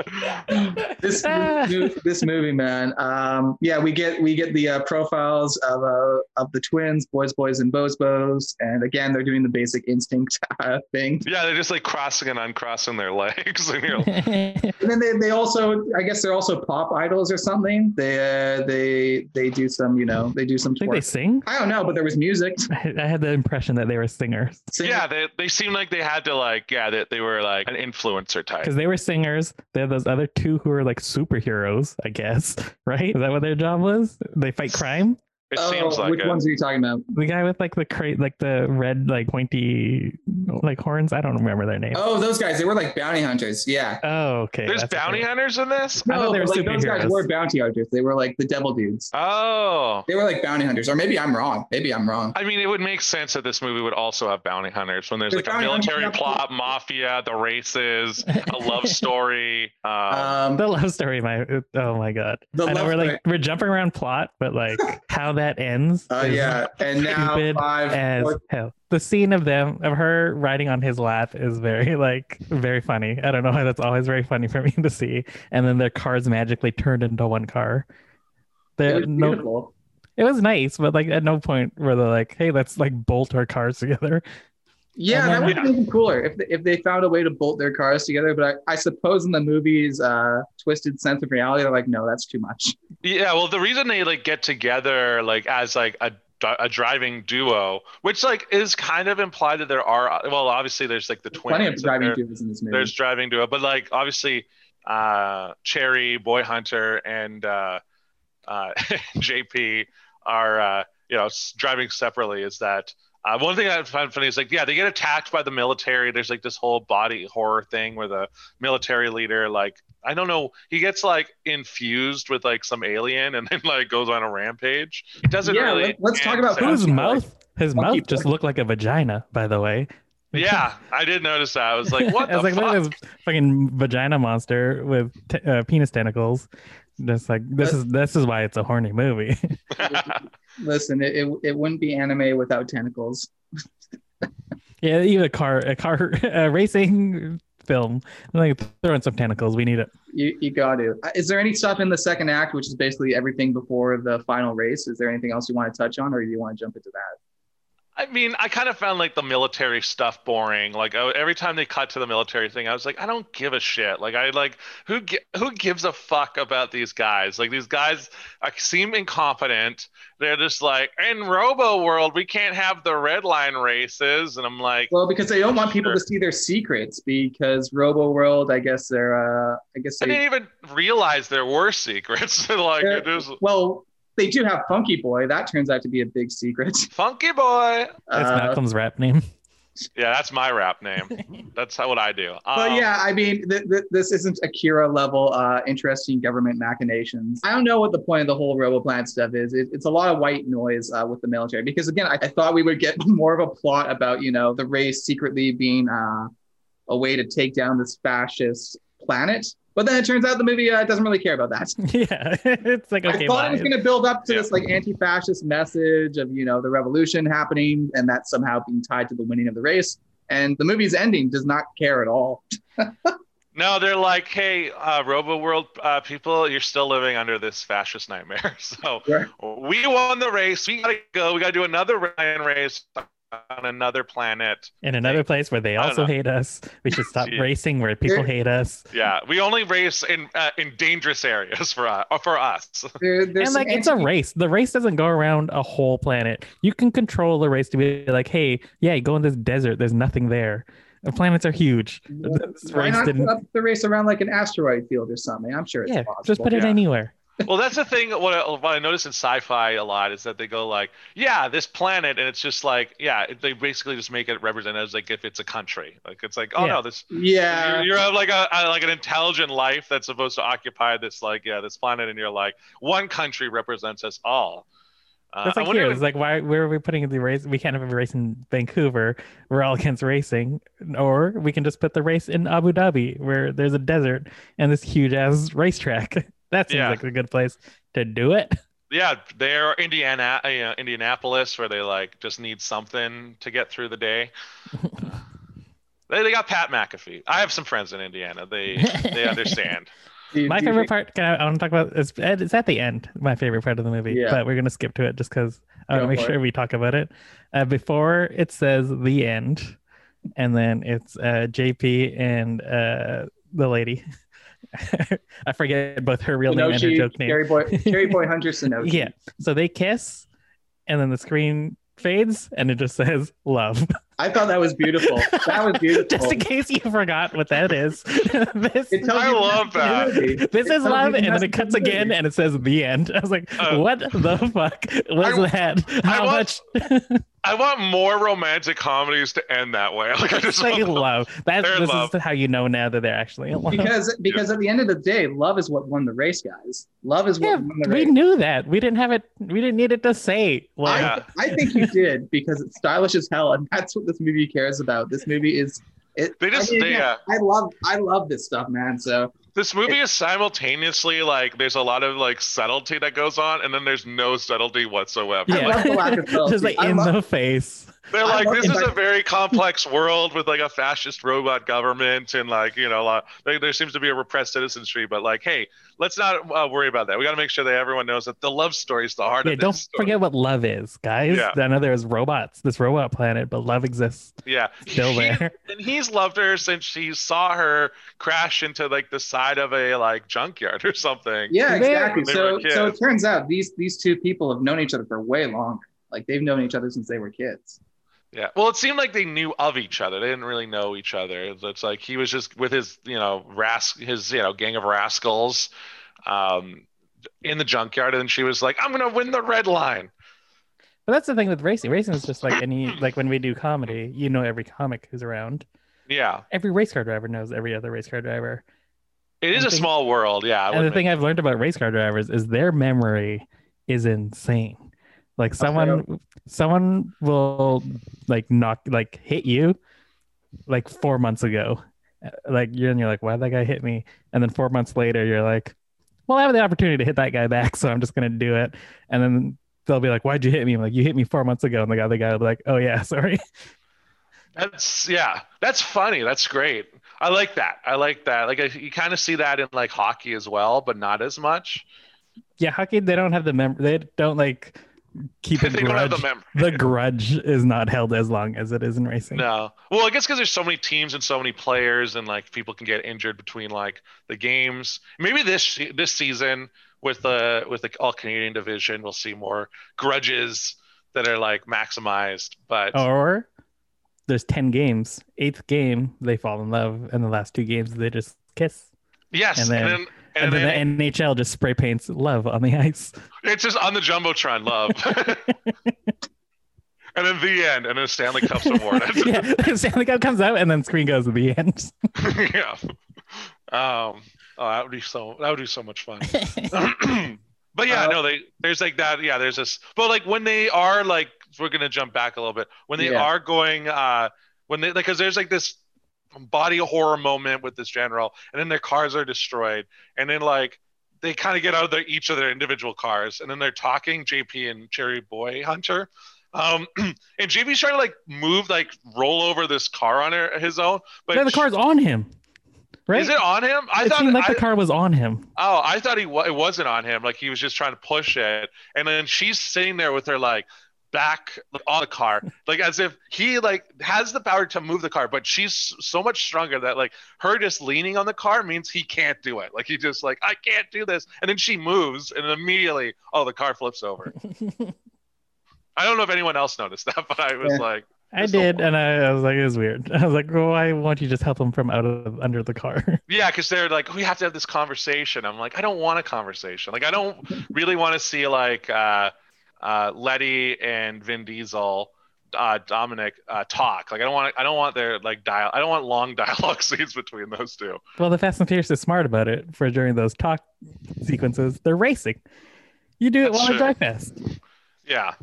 Speaker 1: this,
Speaker 3: Ah.
Speaker 1: this mo- this movie, man. Um, yeah, we get we get the uh, profiles of uh, of the twins, boys, boys, and bows, bows, and again, they're doing the basic instinct uh, thing.
Speaker 2: yeah, they're just like crossing and uncrossing their legs, and you're.
Speaker 1: And then they, they also, I guess they're also pop idols or something. They uh, they they do some, you know, they do some.
Speaker 3: I think they
Speaker 1: twerk.
Speaker 3: sing.
Speaker 1: I don't know, but there was music.
Speaker 3: I I had the impression that they were singers
Speaker 1: Singing.
Speaker 2: Yeah, they they seem like they had to like yeah they, they were like an influencer type.
Speaker 3: because they were singers. They're those other two who are like superheroes, I guess. Right? Is that what their job was? They fight crime.
Speaker 2: It
Speaker 1: Oh,
Speaker 2: seems like
Speaker 1: which
Speaker 2: it.
Speaker 1: ones are you talking about?
Speaker 3: The guy with like the cra- like the red like pointy like horns. I don't remember their name. Oh,
Speaker 1: Oh, those guys. They were like bounty hunters. Yeah.
Speaker 3: okay.
Speaker 2: There's
Speaker 3: that's what
Speaker 2: bounty
Speaker 3: they were.
Speaker 2: hunters in this.
Speaker 3: I thought they were
Speaker 1: but, like, those guys
Speaker 3: superheroes.
Speaker 1: were bounty hunters. They were like the devil dudes.
Speaker 2: Oh,
Speaker 1: They were like bounty hunters, or maybe I'm wrong. Maybe I'm wrong.
Speaker 2: I mean, it would make sense that this movie would also have bounty hunters when there's
Speaker 1: There's
Speaker 2: like a
Speaker 1: bounty hunters,
Speaker 2: military
Speaker 1: yeah.
Speaker 2: plot, mafia, the races, a love story. Uh,
Speaker 1: Um,
Speaker 3: The love story, my oh my god!
Speaker 1: The
Speaker 3: I know
Speaker 1: love
Speaker 3: we're like
Speaker 1: story-
Speaker 3: we're jumping around plot, but like how that ends.
Speaker 1: uh,
Speaker 3: is
Speaker 1: yeah, and now
Speaker 3: stupid
Speaker 1: five.
Speaker 3: as
Speaker 1: four-
Speaker 3: hell. The scene of them of her riding on his lap is very like very funny. I don't know why that's always very funny for me to see. And then their cars magically turned into one car.
Speaker 1: it
Speaker 3: There
Speaker 1: was
Speaker 3: no,
Speaker 1: beautiful.
Speaker 3: it was nice, but like at no point were they like, "Hey, let's like bolt our cars together."
Speaker 1: Yeah,
Speaker 3: And
Speaker 1: that
Speaker 3: then-
Speaker 1: would have been cooler if they, if they found a way to bolt their cars together. But I, I suppose in the movie's uh, twisted sense of reality, they're like, no, that's too much.
Speaker 2: yeah, well, the reason they like get together like as like a a driving duo, which like is kind of implied that there are. Well, obviously, there's like the twins.
Speaker 1: Plenty of
Speaker 2: and
Speaker 1: driving
Speaker 2: there-
Speaker 1: dudes in this movie.
Speaker 2: There's driving duo, but like obviously, uh, Cherry, Boy Hunter, and uh, uh, JP are uh, you know s- driving separately. Is that uh, one thing I find funny is like yeah, they get attacked by the military. There's like this whole body horror thing where the military leader like I don't know he gets like infused with like some alien and then like goes on a rampage. It doesn't
Speaker 1: Yeah,
Speaker 2: really.
Speaker 1: let- let's talk about
Speaker 2: answer-
Speaker 1: Sounds
Speaker 3: Whose
Speaker 1: like-
Speaker 3: mouth? His
Speaker 1: Monkey
Speaker 3: mouth just looked like a vagina, by the way.
Speaker 2: Yeah, I did notice that. I was like, what
Speaker 3: I
Speaker 2: the
Speaker 3: was like,
Speaker 2: fuck?
Speaker 3: look at this fucking vagina monster with t- uh, penis tentacles. Just like this is this is why it's a horny movie.
Speaker 1: Listen, it, it, it wouldn't be anime without tentacles.
Speaker 3: yeah, even a car a car a racing film. Like throwing some tentacles. We need it.
Speaker 1: You, you got to. Uh, Is there any stuff in the second act, which is basically everything before the final race? Is there anything else you want to touch on, or do you want to jump into that?
Speaker 2: I mean, I kind of found like the military stuff boring. Like I, every time they cut to the military thing, I was like, I don't give a shit. Like I like who gi- who gives a fuck about these guys? Like these guys uh, seem incompetent. They're just like in Robo World, we can't have the red line races, and I'm like,
Speaker 1: Well, because they don't want people to see their secrets because Robo World, I guess they're uh I guess
Speaker 2: I didn't
Speaker 1: they
Speaker 2: even realize there were secrets. like
Speaker 1: Yeah.
Speaker 2: it was
Speaker 1: well, they do have Funky Boy. That turns out to be a big secret.
Speaker 2: Funky Boy.
Speaker 3: That's
Speaker 1: Uh,
Speaker 3: Malcolm's rap name.
Speaker 2: Yeah, that's my rap name. that's how what I do.
Speaker 1: But
Speaker 2: Um,
Speaker 1: yeah, I mean, th- th- this isn't Akira level uh, interesting government machinations. I don't know what the point of the whole RoboPlanet stuff is. It- it's a lot of white noise uh, with the military because again, I-, I thought we would get more of a plot about you know the race secretly being uh, a way to take down this fascist planet. But then it turns out the movie uh, doesn't really care about that.
Speaker 3: yeah, it's like okay,
Speaker 1: I thought it was
Speaker 3: lies.
Speaker 1: going to build up to
Speaker 2: Yeah.
Speaker 1: this like anti-fascist message of you know the revolution happening and that somehow being tied to the winning of the race. And the movie's ending does not care at all.
Speaker 2: No, they're like, hey, uh, Robo World uh, people, you're still living under this fascist nightmare. So
Speaker 1: Right.
Speaker 2: we won the race. We gotta go. We gotta do another Ryan race on another planet.
Speaker 3: in another place where they
Speaker 2: I don't
Speaker 3: also
Speaker 2: know.
Speaker 3: hate us. We should stop
Speaker 2: Gee.
Speaker 3: racing where people
Speaker 1: There-
Speaker 3: hate us.
Speaker 2: Yeah, we only race in uh, in dangerous areas for us. For us.
Speaker 1: There, there's
Speaker 3: and
Speaker 1: some
Speaker 3: like it's a
Speaker 1: anti-
Speaker 3: race. The race doesn't go around a whole planet. You can control the race to be like, hey, yeah, you go in this desert. There's nothing there. The planets are huge. This
Speaker 1: Why
Speaker 3: race
Speaker 1: not
Speaker 3: didn't.
Speaker 1: put up the race around like an asteroid field or something? I'm sure it's
Speaker 3: Yeah,
Speaker 1: possible.
Speaker 3: just put it
Speaker 2: yeah.
Speaker 3: anywhere.
Speaker 2: well, that's the thing. What I, what I notice in sci-fi a lot is that they go like, yeah, this planet, and it's just like, yeah, they basically just make it represent as like if it's a country. Like it's like, oh
Speaker 3: Yeah.
Speaker 2: no, this
Speaker 1: Yeah.
Speaker 2: you're, you're of like a, a- like an intelligent life that's supposed to occupy this like yeah this planet and you're like one country represents us all uh,
Speaker 3: That's
Speaker 2: I
Speaker 3: like
Speaker 2: wonder
Speaker 3: here.
Speaker 2: if-
Speaker 3: It's like why? Where are we putting the race? We can't have a race in Vancouver. We're all against racing, or we can just put the race in Abu Dhabi, where there's a desert and this huge ass racetrack. That seems
Speaker 2: Yeah.
Speaker 3: like a good place to do it.
Speaker 2: yeah they're indiana uh, you know, indianapolis where they like just need something to get through the day they, they got pat mcafee i have some friends in indiana they they understand
Speaker 1: Do you-
Speaker 3: my
Speaker 1: do you
Speaker 3: favorite
Speaker 1: think-
Speaker 3: part can I, I want to talk about it's, it's at the end my favorite part of the movie
Speaker 1: Yeah.
Speaker 3: but we're gonna skip to it just because i want
Speaker 1: Go
Speaker 3: to make
Speaker 1: for
Speaker 3: sure we talk about it uh, before it says the end and then it's uh, jp and uh, the lady i forget both her real name and her joke
Speaker 1: Sonoshi,
Speaker 3: name
Speaker 1: Gary Boy, Gary Boy Hunter Sonoshi.
Speaker 3: yeah so they kiss and then the screen fades and it just says love
Speaker 1: I thought that was beautiful. That was beautiful.
Speaker 3: just in case you forgot what that is this
Speaker 1: It tells
Speaker 2: I
Speaker 1: you
Speaker 2: love
Speaker 1: the message of the movie.
Speaker 3: this
Speaker 1: It
Speaker 3: is
Speaker 1: tells you
Speaker 3: love,
Speaker 1: the
Speaker 3: and then
Speaker 1: message
Speaker 3: it
Speaker 1: of
Speaker 3: cuts
Speaker 1: the movie.
Speaker 3: again, and it says the end. I was like,
Speaker 2: Uh,
Speaker 3: what the fuck was
Speaker 2: I-
Speaker 3: that?
Speaker 2: I
Speaker 3: How
Speaker 2: want-
Speaker 3: much
Speaker 2: i want more romantic comedies to end that way like i just
Speaker 3: say
Speaker 2: want-
Speaker 3: love? That's
Speaker 2: They're in
Speaker 3: this
Speaker 2: love.
Speaker 3: is how you know now that they're actually in love.
Speaker 1: Because because at the end of the day, love is what won the race, guys. Love is what
Speaker 3: yeah,
Speaker 1: won the
Speaker 3: we
Speaker 1: race.
Speaker 3: knew that. We didn't have it. We didn't need it to say.
Speaker 1: I,
Speaker 3: Love.
Speaker 2: Yeah.
Speaker 1: I think you did because it's stylish as hell, and that's what this movie cares about. This movie is. It,
Speaker 2: They just-
Speaker 1: I, mean,
Speaker 2: they,
Speaker 1: yeah,
Speaker 2: uh,
Speaker 1: I love I love this stuff, man. So
Speaker 2: This movie is simultaneously like there's a lot of like subtlety that goes on, and then there's no subtlety whatsoever.
Speaker 1: I love the lack of
Speaker 3: just
Speaker 1: subtlety.
Speaker 3: like
Speaker 1: I
Speaker 3: in
Speaker 1: love-
Speaker 3: the face.
Speaker 2: They're
Speaker 1: I
Speaker 2: like,
Speaker 1: love
Speaker 2: this is
Speaker 1: it.
Speaker 2: a very complex world with like a fascist robot government, and like you know, a lot, there, there seems to be a repressed citizenry. But like, hey, let's not uh, worry about that. We got to make sure that everyone knows that the love story is the heart
Speaker 3: Yeah,
Speaker 2: of
Speaker 3: don't
Speaker 2: this story.
Speaker 3: forget what love is, guys.
Speaker 2: Yeah.
Speaker 3: I know there's robots, this robot planet, but love exists
Speaker 2: Yeah,
Speaker 3: still
Speaker 2: He-
Speaker 3: there.
Speaker 2: and he's loved her since she saw her crash into like the side of a like junkyard or something.
Speaker 1: Yeah,
Speaker 3: And they're-
Speaker 1: exactly.
Speaker 2: They
Speaker 1: So,
Speaker 2: were kids.
Speaker 1: so it turns out these these two people have known each other for way longer. Like they've known each other since they were kids.
Speaker 2: Yeah. Well, it seemed like they knew of each other. They didn't really know each other. It's like he was just with his, you know, ras- his, you know, gang of rascals, um, in the junkyard, and she was like, "I'm gonna win the red line."
Speaker 3: But that's the thing with racing. Racing is just like any like when we do comedy, you know every comic who's around.
Speaker 2: Yeah.
Speaker 3: every race car driver knows every other race car driver.
Speaker 2: It is
Speaker 3: And
Speaker 2: a
Speaker 3: the-
Speaker 2: small world. Yeah. I
Speaker 3: and the
Speaker 2: wouldn't
Speaker 3: thing I've learned about race car drivers is their memory is insane. Like someone someone will like knock like hit you like 4 months ago. Uh, Like you're and you're like why that guy hit me and then 4 months later you're like well I have the opportunity to hit that guy back so I'm just going to do it and then they'll be like why'd you hit me I'm like you hit me 4 months ago and the other guy will be like oh yeah sorry.
Speaker 2: That's yeah. That's funny. That's great. I like that. I like that. Like I, you kind of see that in like hockey as well, but not as much.
Speaker 3: yeah, hockey they don't have the mem they don't like keep a
Speaker 2: they don't have
Speaker 3: grudge.
Speaker 2: the memory.
Speaker 3: The grudge is not held as long as it is in racing.
Speaker 2: No. Well, I guess because there's so many teams and so many players, and like people can get injured between like the games. Maybe this this season with the with the all Canadian division, we'll see more grudges that are like maximized. But
Speaker 3: Or there's 10 games. Eighth game, they fall in love. And the last two games, they just kiss.
Speaker 2: yes,
Speaker 3: and
Speaker 2: and
Speaker 3: then-
Speaker 2: then and,
Speaker 3: And,
Speaker 2: then,
Speaker 3: then the NHL just spray paints love on the ice.
Speaker 2: it's just on the jumbotron, love. and then the end, and then Stanley Cup's awarded.
Speaker 3: yeah, Stanley Cup comes out, and then screen goes to the end.
Speaker 2: yeah. Um, oh, that would be so. That would be so much fun. but yeah,
Speaker 1: Uh,
Speaker 2: no, they there's like that. Yeah, there's this. But like when they are like, we're gonna jump back a little bit. When they
Speaker 1: Yeah.
Speaker 2: are going, uh, when they like, cause there's like this body horror moment with this general, and then their cars are destroyed, and then like they kind of get out of their each of their individual cars, and then they're talking JP and Cherry Boy Hunter. Um, and JP's trying to like move, like roll over this car on her, his own, but
Speaker 3: no, the car's on him, right?
Speaker 2: is it on him? I
Speaker 3: it
Speaker 2: thought
Speaker 3: seemed like
Speaker 2: I,
Speaker 3: the car was on him.
Speaker 2: oh, I thought he wa- it wasn't on him. Like he was just trying to push it, and then she's sitting there with her like back like, on the car, like as if he like has the power to move the car, but she's so much stronger that like her just leaning on the car means he can't do it. Like he just like I can't do this, and then she moves, and immediately oh the car flips over. I don't know if anyone else noticed that, but I was
Speaker 1: Yeah.
Speaker 2: like,
Speaker 3: I
Speaker 2: There's no
Speaker 3: did, and I, I was like, it was weird. I was like, well, why won't you just help him from out of under the car?
Speaker 2: Yeah, because they're like, we have to have this conversation. I'm like, I don't want a conversation. Like, I don't really want to see like uh, uh, Letty and Vin Diesel, uh, Dominic uh, talk. Like, I don't want. I don't want their like dial. I don't want long dialogue scenes between those two.
Speaker 3: well, the Fast and Furious is smart about it. For during those talk sequences, they're racing. You do it
Speaker 2: That's
Speaker 3: while I
Speaker 2: true.
Speaker 3: drive fast.
Speaker 2: Yeah.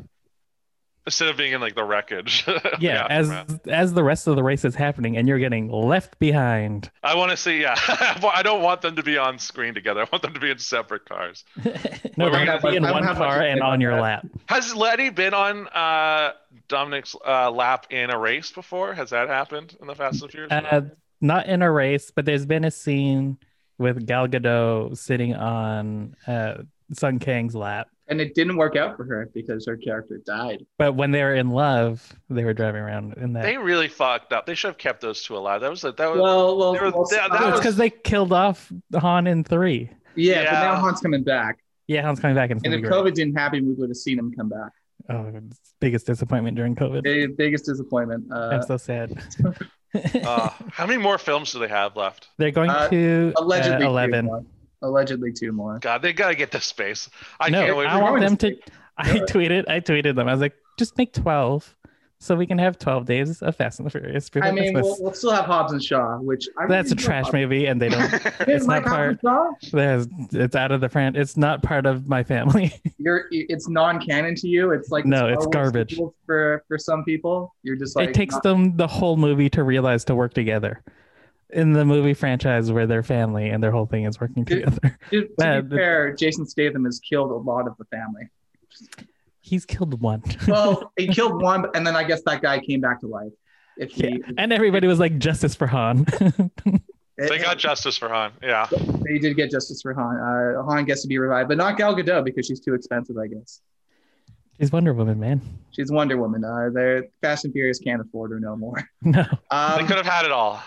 Speaker 2: Instead of being in like the wreckage. of the
Speaker 3: yeah as
Speaker 2: aftermath.
Speaker 3: as the rest of the race is happening and you're getting left behind
Speaker 2: I want to see. Yeah, I don't want them to be on screen together. I want them to be in separate cars.
Speaker 3: no
Speaker 2: Well,
Speaker 3: they're
Speaker 2: we
Speaker 3: gonna
Speaker 2: got-
Speaker 3: be in
Speaker 1: I don't
Speaker 3: one
Speaker 1: have much to
Speaker 3: car
Speaker 1: say
Speaker 3: and
Speaker 1: about
Speaker 3: on your
Speaker 1: that.
Speaker 3: lap
Speaker 2: Has Letty been on uh, Dominic's uh, lap in a race before? Has that happened in the Fast and Furious?
Speaker 3: uh, not in a race but there's been a scene with gal gadot sitting on uh sun kang's lap
Speaker 1: And it didn't work out for her because her character died.
Speaker 3: but when they were in love they were driving around in that
Speaker 2: they really fucked up. They should have kept those two alive. That was a, that was
Speaker 1: Well, well,
Speaker 2: There was-
Speaker 1: well,
Speaker 2: that- that
Speaker 3: oh,
Speaker 1: uh,
Speaker 3: it's
Speaker 2: was-
Speaker 3: because they killed off han in three
Speaker 1: yeah, but
Speaker 2: Yeah.
Speaker 1: now Han's coming back.
Speaker 3: yeah han's coming back and, it's
Speaker 1: And
Speaker 3: gonna
Speaker 1: if
Speaker 3: be
Speaker 1: COVID didn't happen, we would have seen him come back.
Speaker 3: great. oh it's biggest disappointment during covid
Speaker 1: Big, biggest disappointment. Uh,
Speaker 3: i'm so sad
Speaker 2: uh, how many more films do they have left?
Speaker 3: they're going
Speaker 1: uh,
Speaker 3: to uh,
Speaker 1: allegedly, Two
Speaker 3: 11
Speaker 1: more. Allegedly, two more.
Speaker 2: God, they gotta get this space. I
Speaker 3: No,
Speaker 2: can't wait.
Speaker 3: I want
Speaker 1: Everyone's
Speaker 3: them to.
Speaker 1: big.
Speaker 3: I
Speaker 1: Yeah.
Speaker 3: tweeted. I tweeted them. I was like, just make twelve, so we can have twelve days of Fast and the Furious before
Speaker 1: I mean,
Speaker 3: Christmas.
Speaker 1: we'll, we'll still have Hobbs and Shaw, which I
Speaker 3: That's a
Speaker 1: really
Speaker 3: trash
Speaker 1: love.
Speaker 3: movie, and they don't.
Speaker 1: You didn't
Speaker 3: It's
Speaker 1: like
Speaker 3: not
Speaker 1: Hobbs and Shaw?
Speaker 3: There's, it's out of the fran. It's not part of my family.
Speaker 1: You're, it's non-canon to you. It's like the
Speaker 3: No,
Speaker 1: Star
Speaker 3: it's
Speaker 1: Wars
Speaker 3: garbage.
Speaker 1: sequels for for some people. You're just like
Speaker 3: it takes
Speaker 1: not-
Speaker 3: them the whole movie to realize to work together. In the movie franchise, where their family and their whole thing is working
Speaker 1: Dude.
Speaker 3: together,
Speaker 1: to, to
Speaker 3: Yeah,
Speaker 1: be
Speaker 3: but-
Speaker 1: fair, Jason Statham has killed a lot of the family.
Speaker 3: he's killed one.
Speaker 1: Well, he killed one, and then I guess that guy came back to life. If he,
Speaker 3: Yeah. And everybody was like, "Justice for Han."
Speaker 2: They
Speaker 1: it-
Speaker 2: got justice for Han. Yeah.
Speaker 1: They did get justice for Han. Uh, Han gets to be revived, but not Gal Gadot because she's too expensive, I guess.
Speaker 3: She's Wonder Woman, man.
Speaker 1: She's Wonder Woman. Uh, they're Fast and Furious can't afford her no more.
Speaker 3: No,
Speaker 2: they
Speaker 1: Um,
Speaker 2: could have had it all.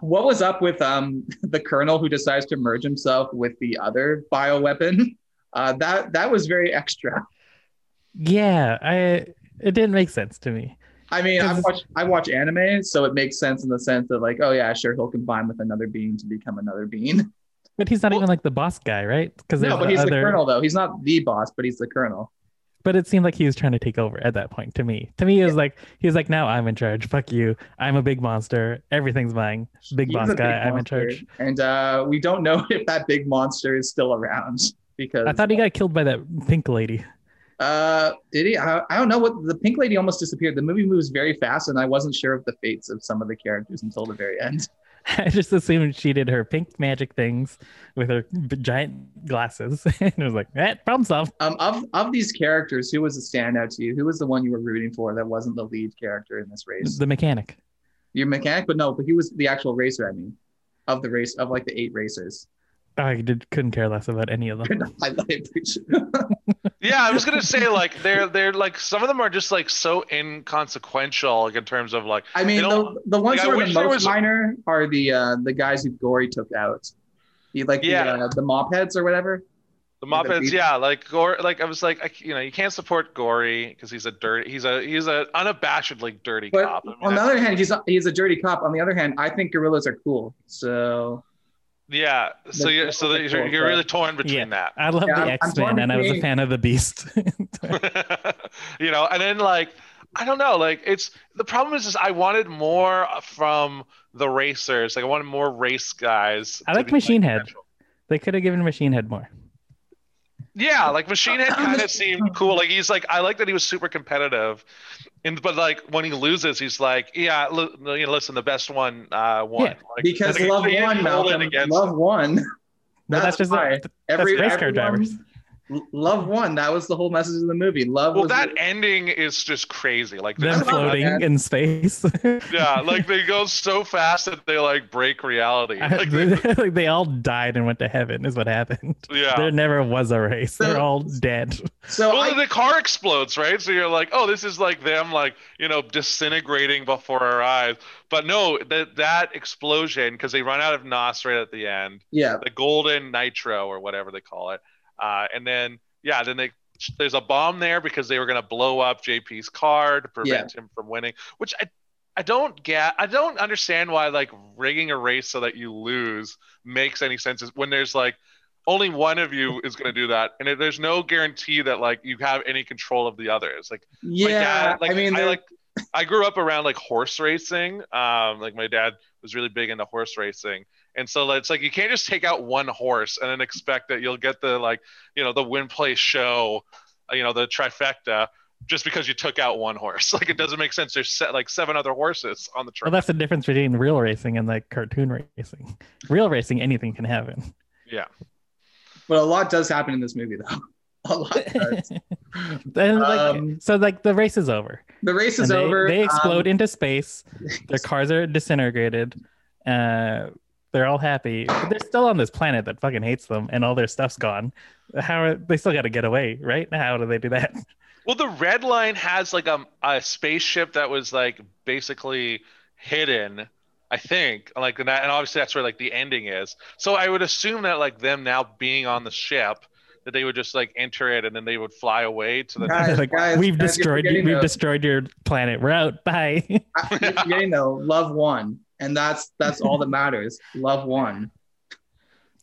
Speaker 1: what was up with um, the Colonel who decides to merge himself with the other bioweapon? Uh, that that was very extra.
Speaker 3: yeah, I. It didn't make sense to me.
Speaker 1: I mean, I
Speaker 3: Because-
Speaker 1: watch I watch anime, so it makes sense in the sense that like, oh yeah, sure, he'll combine with another being to become another being.
Speaker 3: But he's not
Speaker 2: Well-
Speaker 3: even like the boss guy, right? Because
Speaker 1: No, but he's the colonel though. He's not the boss, but he's the colonel.
Speaker 3: But it seemed like he was trying to take over at that point. To me, to me, it was like he was like, "Now I'm in charge. Fuck you. I'm a big monster. Everything's mine. Big
Speaker 1: He's
Speaker 3: boss
Speaker 1: a
Speaker 3: guy. I'm in
Speaker 1: monster.
Speaker 3: charge."
Speaker 1: And uh, we don't know if that big monster is still around because
Speaker 3: I thought he got killed by that pink lady.
Speaker 1: Uh, did he? I, I don't know what the pink lady almost disappeared. The movie moves very fast, and I wasn't sure of the fates of some of the characters until the very end.
Speaker 3: I just assumed she did her pink magic things with her b- giant glasses, and it was like, "That problem solved."
Speaker 1: Um, of of these characters, who was the standout to you? Who was the one you were rooting for that wasn't the lead character in this race?
Speaker 3: The mechanic.
Speaker 1: Your mechanic, but no, but he was the actual racer. I mean, of the race of
Speaker 3: Oh,
Speaker 1: like the eight racers.
Speaker 3: I did couldn't care less about any of them.
Speaker 1: I, I appreciate.
Speaker 2: Yeah, I was gonna say like they're they're like some of them are just like so inconsequential like in terms of like
Speaker 1: I mean,
Speaker 2: They
Speaker 1: the,
Speaker 2: don't-
Speaker 1: the ones
Speaker 2: like, I
Speaker 1: who are the
Speaker 2: wish there
Speaker 1: most
Speaker 2: was-
Speaker 1: minor are the uh, the guys who Gory took out. You like the,
Speaker 2: Yeah.
Speaker 1: uh, the mop heads or whatever.
Speaker 2: the
Speaker 1: Yeah, the
Speaker 2: Muppets.
Speaker 1: beef.
Speaker 2: Yeah, like Gore. Like I was like I, you know you can't support Gory because he's a dirty he's a he's a unabashedly dirty
Speaker 1: But
Speaker 2: cop. I mean,
Speaker 1: On the
Speaker 2: that's-
Speaker 1: other hand, he's a, he's a dirty cop. On the other hand, I think gorillas are cool. So
Speaker 2: yeah. So
Speaker 1: That's-
Speaker 2: you're
Speaker 1: that's
Speaker 2: so
Speaker 1: what
Speaker 2: that
Speaker 1: they
Speaker 2: you're,
Speaker 1: call
Speaker 2: you're
Speaker 1: it.
Speaker 2: really torn between that.
Speaker 3: I love
Speaker 1: Yeah, I'm-
Speaker 3: the
Speaker 1: I'm
Speaker 3: X Men, and I was a
Speaker 1: totally-
Speaker 3: fan of the Beast.
Speaker 2: you know and then like i don't know like it's the problem is, is i wanted more from the racers like i wanted more race guys
Speaker 3: I
Speaker 2: to
Speaker 3: like
Speaker 2: be,
Speaker 3: Machine Head.
Speaker 2: natural.
Speaker 3: they could have given Machine Head more.
Speaker 2: yeah like machine head kind of seemed cool like he's like i like that he was super competitive and but like when he loses he's like yeah l- you know listen the best one uh won
Speaker 3: Yeah,
Speaker 2: Like,
Speaker 1: because
Speaker 2: they-
Speaker 1: love
Speaker 2: they didn't
Speaker 1: one,
Speaker 2: hold it
Speaker 1: Malcolm,
Speaker 2: against
Speaker 1: love
Speaker 2: him.
Speaker 1: one.
Speaker 3: But
Speaker 1: That's
Speaker 3: that's just
Speaker 1: why.
Speaker 3: that's
Speaker 1: Every
Speaker 3: race car
Speaker 1: everyone-
Speaker 3: drivers.
Speaker 1: L- Love one. That was the whole message of the movie. Love
Speaker 2: well
Speaker 1: was
Speaker 2: that ending is just crazy like
Speaker 3: Them
Speaker 2: there's-
Speaker 1: I love
Speaker 3: floating
Speaker 1: that.
Speaker 3: in space.
Speaker 2: yeah like they go so fast that they like break reality like
Speaker 3: they,
Speaker 2: they,
Speaker 3: like they all died and went to heaven is what happened.
Speaker 2: yeah
Speaker 3: There never was a race. They're all dead.
Speaker 1: so.
Speaker 2: well,
Speaker 1: I,
Speaker 2: the car explodes, right? So you're like, oh, this is like them, like you know, disintegrating before our eyes. But no, that that explosion because they run out of nos right at the end,
Speaker 1: yeah,
Speaker 2: the golden nitro or whatever they call it, uh, and then yeah, then they there's a bomb there because they were gonna blow up JP's car to prevent him from winning, which I. I don't get. I don't understand why like rigging a race so that you lose makes any sense when there's like only one of you is going to do that and there's no guarantee that like you have any control of the others like
Speaker 1: yeah.
Speaker 2: my dad, like,
Speaker 1: I mean,
Speaker 2: I
Speaker 1: they're-
Speaker 2: like I grew up around like horse racing. Um, like my dad was really big into horse racing, and so like, it's like you can't just take out one horse and then expect that you'll get the like you know the win place show, uh, you know the trifecta just because you took out one horse. Like it doesn't make sense. There's set like seven other horses on the
Speaker 3: Well,
Speaker 2: track.
Speaker 3: that's the difference between real racing and like cartoon racing. Real racing, anything can happen.
Speaker 2: yeah,
Speaker 1: but a lot does happen in this movie, though. A lot. Does.
Speaker 3: And like,
Speaker 1: Um,
Speaker 3: so like the race is over.
Speaker 1: The race is
Speaker 3: And they,
Speaker 1: over.
Speaker 3: They
Speaker 1: um,
Speaker 3: explode into space. Their cars are disintegrated. Uh, they're all happy. But they're still on this planet that fucking hates them, and all their stuff's gone. How are they still got to get away, right? How do they do that?
Speaker 2: Well, the red line has like a, a spaceship that was like basically hidden, I think. Like, and, that, and obviously that's where like the ending is. So I would assume that like them now being on the ship, that they would just like enter it and then they would fly away to the.
Speaker 1: Um, Guys,
Speaker 3: They're like,
Speaker 1: guys,
Speaker 3: we've
Speaker 1: guys, you're
Speaker 3: destroyed you.
Speaker 1: forgetting
Speaker 3: We've
Speaker 1: the-
Speaker 3: destroyed your planet. We're out. Bye.
Speaker 1: I- you're forgetting though, love one, and that's that's all that matters. Love one.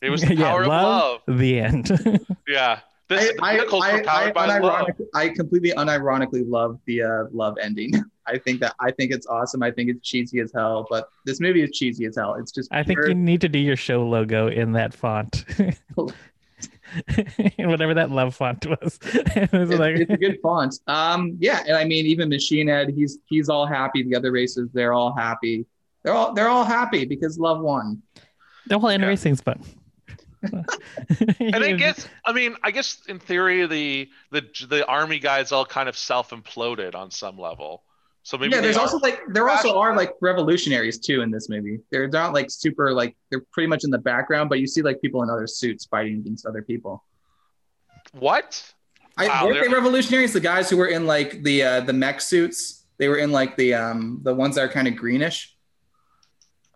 Speaker 2: It was the power of love.
Speaker 3: The end.
Speaker 2: Yeah. This the vehicles were powered by love.
Speaker 1: unironic- I completely unironically love the uh, love ending. I think that I think it's awesome. I think it's cheesy as hell, but this movie is cheesy as hell. It's just
Speaker 3: I think
Speaker 1: pure-
Speaker 3: you need to do your show logo in that font. Whatever that love font was. It was
Speaker 1: it's,
Speaker 3: like-
Speaker 1: it's a good font. Um, yeah, and I mean even Machine Head, he's he's all happy. The other races, they're all happy. They're all they're all happy because love won.
Speaker 3: No, well, and
Speaker 2: Yeah.
Speaker 3: racing's fun.
Speaker 2: and I guess I mean I guess in theory the the the army guys all kind of self imploded on some level. So maybe
Speaker 1: yeah,
Speaker 2: they
Speaker 1: there's
Speaker 2: are-
Speaker 1: also like there also are like revolutionaries too in this movie. They're not like super like they're pretty much in the background, but you see like people in other suits fighting against other people.
Speaker 2: what?
Speaker 1: I
Speaker 2: Wow,
Speaker 1: weren't they
Speaker 2: they're-
Speaker 1: revolutionaries? The guys who were in like the uh, the mech suits. They were in like the um the ones that are kind of greenish.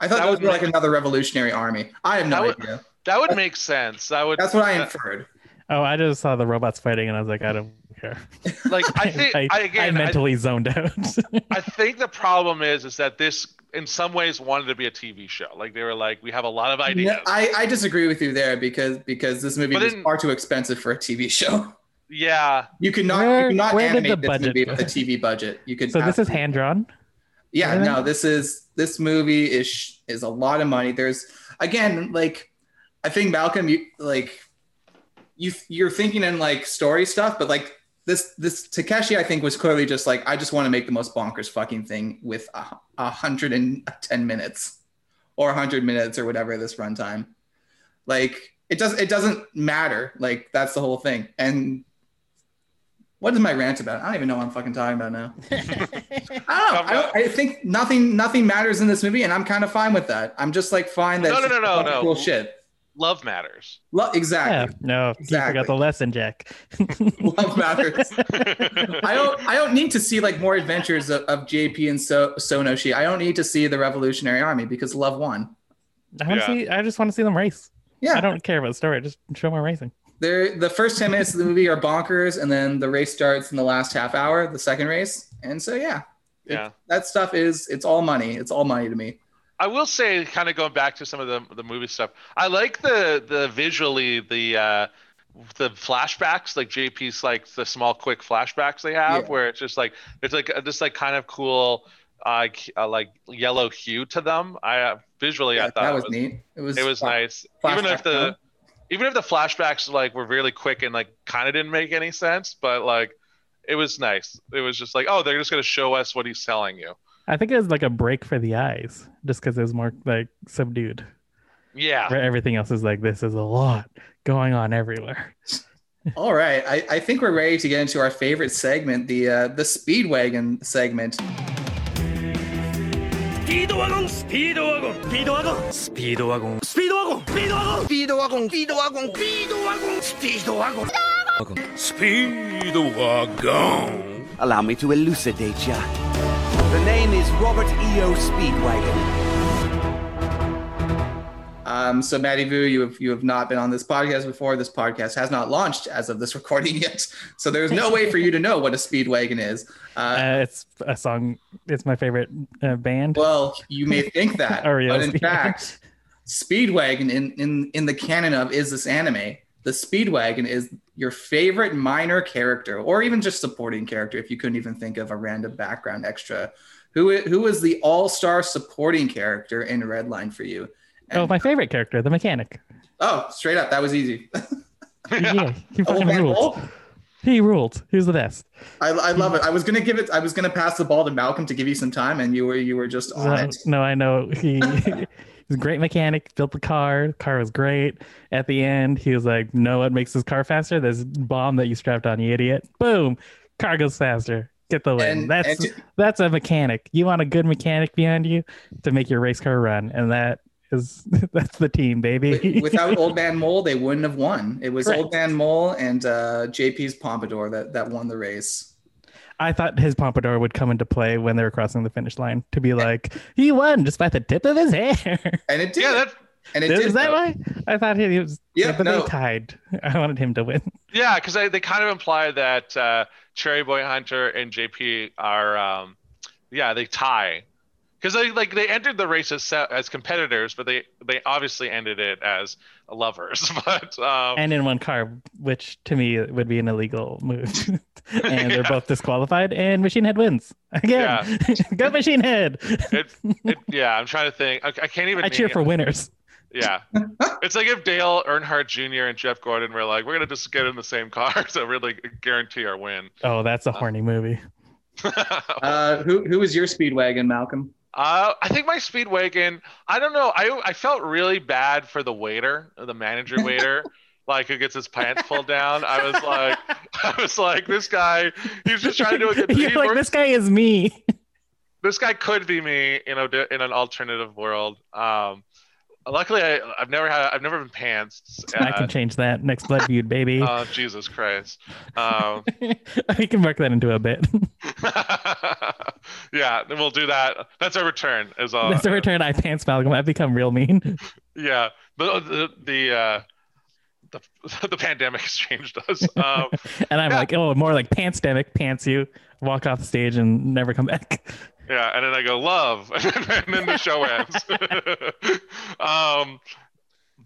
Speaker 1: I thought
Speaker 2: That
Speaker 1: those
Speaker 2: would
Speaker 1: were like
Speaker 2: make-
Speaker 1: another revolutionary army. I have
Speaker 2: That
Speaker 1: no
Speaker 2: would-
Speaker 1: idea.
Speaker 2: That would make sense. That would uh,
Speaker 1: That's what I
Speaker 2: that-
Speaker 1: inferred.
Speaker 3: Oh, I just saw the robots fighting, and I was like, I don't care.
Speaker 2: like I think I, again I,
Speaker 3: mentally zoned out.
Speaker 2: I think the problem is is that this in some ways wanted to be a TV show. Like they were like we have a lot of ideas.
Speaker 1: No, I, I disagree with you there because because this movie
Speaker 2: But
Speaker 1: was
Speaker 2: in-
Speaker 1: far too expensive for a TV show.
Speaker 2: yeah.
Speaker 1: You could not
Speaker 3: Where-
Speaker 1: you could not
Speaker 3: where did
Speaker 1: animate
Speaker 3: the
Speaker 1: this
Speaker 3: budget
Speaker 1: movie
Speaker 3: go?
Speaker 1: with a TV budget. You could
Speaker 3: so this is
Speaker 1: absolutely-
Speaker 3: hand drawn.
Speaker 1: Yeah,
Speaker 3: Really?
Speaker 1: no, this is this movie is sh- is a lot of money. There's again, like I think Malcolm, you like you you're thinking in like story stuff, but like this this Takeshi, I think, was clearly just like I just want to make the most bonkers fucking thing with a, a hundred and ten minutes or a hundred minutes or whatever this runtime. Like it does it doesn't matter. Like that's the whole thing. And what is my rant about? I don't even know what I'm fucking talking about now. I don't know. I, don't, I think nothing nothing matters in this movie, and I'm kind of fine with that. I'm just like fine that
Speaker 2: No,
Speaker 1: it's
Speaker 2: no, no,
Speaker 1: just
Speaker 2: no,
Speaker 1: cool
Speaker 2: no.
Speaker 1: shit.
Speaker 2: love matters.
Speaker 1: Lo-
Speaker 3: Yeah,
Speaker 1: exactly.
Speaker 3: no, you
Speaker 1: Exactly.
Speaker 3: forgot the lesson, Jack.
Speaker 1: Love matters. I don't. I don't need to see like more adventures of, of JP and so- Sonoshi. I don't need to see the Revolutionary Army because love won.
Speaker 3: I want
Speaker 2: Yeah.
Speaker 3: to see. I just want to see them race. I
Speaker 1: Yeah,
Speaker 3: don't care about the story. Just show more racing.
Speaker 1: they're, the first ten minutes of the movie are bonkers, and then the race starts in the last half hour, the second race, and so yeah, It-
Speaker 2: Yeah.
Speaker 1: that stuff is it's all money. It's all money to me.
Speaker 2: I will say, kind of going back to some of the the movie stuff. I like the the visually the uh, the flashbacks, like JP's like the small quick flashbacks they have,
Speaker 1: Yeah.
Speaker 2: where it's just like it's like uh, just like kind of cool, uh, c- uh, like yellow hue to them. I uh, visually I
Speaker 1: Yeah,
Speaker 2: thought
Speaker 1: that
Speaker 2: it
Speaker 1: was, neat. It was
Speaker 2: It was
Speaker 1: fun.
Speaker 2: nice, even if
Speaker 1: flashback,
Speaker 2: the
Speaker 1: huh?
Speaker 2: even if the flashbacks like were really quick and like kind of didn't make any sense, but like it was nice. It was just like, oh, they're just gonna show us what he's telling you.
Speaker 3: I think it was like a break for the eyes, just because it was more like subdued.
Speaker 2: Yeah,
Speaker 3: Where everything else is like this is a lot going on everywhere.
Speaker 1: All right, I, I think we're ready to get into our favorite segment, the uh, the Speedwagon segment.
Speaker 5: スピードワゴンスピードワゴンスピードワゴンスピードワゴンスピードワゴンスピードワゴンスピードワゴンスピードワゴンスピードワゴンスピードワゴンスピードワゴン
Speaker 6: Allow me to elucidate ya. The name is Robert E.O. Speedwagon.
Speaker 1: Um, so, Maddie Vu, you have you have not been on this podcast before. This podcast has not launched as of this recording yet, so there's no way for you to know what a speedwagon is. Uh,
Speaker 3: Uh, it's a song. It's my favorite uh, band.
Speaker 1: well, you may think that,
Speaker 3: Or real
Speaker 1: but in
Speaker 3: speedwagon.
Speaker 1: fact, speedwagon in in in the canon of is this anime. The speedwagon is your favorite minor character, or even just supporting character, if you couldn't even think of a random background extra. Who i- who is the all star supporting character in Redline for you?
Speaker 3: oh, my favorite character, the mechanic.
Speaker 1: Oh, straight up, that was easy.
Speaker 3: Yeah, he
Speaker 1: Old
Speaker 3: fucking
Speaker 1: man
Speaker 3: ruled.
Speaker 1: Wolf?
Speaker 3: He ruled. He was the best.
Speaker 1: I, I love it. I was gonna give it. I was gonna pass the ball to Malcolm to give you some time, and you were you were just on
Speaker 3: So-
Speaker 1: it.
Speaker 3: no, I know he, he's a great mechanic. Built the car. Car was great. At the end, he was like, "Know what makes this car faster? This bomb that you strapped on, you idiot! Boom, car goes faster. Get the win.
Speaker 1: And-
Speaker 3: that's
Speaker 1: and-
Speaker 3: that's a mechanic. You want a good mechanic behind you to make your race car run, and that is that's the team, baby.
Speaker 1: Wi- Without Old Man Mole, they wouldn't have won. It was
Speaker 3: Correct.
Speaker 1: Old Man Mole and uh, JP's Pompadour that that won the race.
Speaker 3: I thought his pompadour would come into play when they were crossing the finish line to be like, he won just by the tip of his hair.
Speaker 1: And it did.
Speaker 2: yeah, that
Speaker 1: and it
Speaker 3: Is
Speaker 1: did.
Speaker 3: that
Speaker 1: though.
Speaker 3: why? I thought he was.
Speaker 1: Yeah,
Speaker 3: but
Speaker 1: no.
Speaker 3: they tied. I wanted him to win.
Speaker 2: Yeah, because they kind of imply that uh, Cherry Boy Hunter and JP are, um, yeah, they tie, because they like they entered the race as se- as competitors, but they they obviously ended it as lovers. But um,
Speaker 3: and in one car, which to me would be an illegal move. and they're
Speaker 2: Yeah.
Speaker 3: both disqualified, and Machine Head wins again. Go Machine Head!
Speaker 2: it, it, yeah, I'm trying to think. I, I can't even.
Speaker 3: I cheer
Speaker 2: name
Speaker 3: for winners.
Speaker 2: it. Yeah, it's like if Dale Earnhardt Jr. and Jeff Gordon were like, we're gonna just get in the same car to really guarantee our win.
Speaker 3: Oh, that's a horny movie.
Speaker 1: Uh, who who was your Speedwagon, Malcolm?
Speaker 2: Uh, I think my Speedwagon. I don't know. I I felt really bad for the waiter, the manager waiter, like who gets his pants pulled down. I was like, I was like, this guy. He's just trying to do a good.
Speaker 3: You're
Speaker 2: he
Speaker 3: like,
Speaker 2: works-
Speaker 3: this guy is me.
Speaker 2: this guy could be me in a in an alternative world. Um, luckily, I, I've never had. I've never been pantsed.
Speaker 3: I
Speaker 2: Uh,
Speaker 3: can change that. Next blood feud, baby.
Speaker 2: oh, Jesus Christ. Um,
Speaker 3: I can work that into a bit.
Speaker 2: yeah, then we'll do that. That's our return. Is all.
Speaker 3: That's the return I pants Malcolm. I've become real mean.
Speaker 2: Yeah, the the the, uh, the, the pandemic has changed us. Um,
Speaker 3: And I'm
Speaker 2: Yeah.
Speaker 3: like, oh, more like pants demic, pants you, walk off the stage and never come back.
Speaker 2: yeah, and then I go love, and then the show ends. um,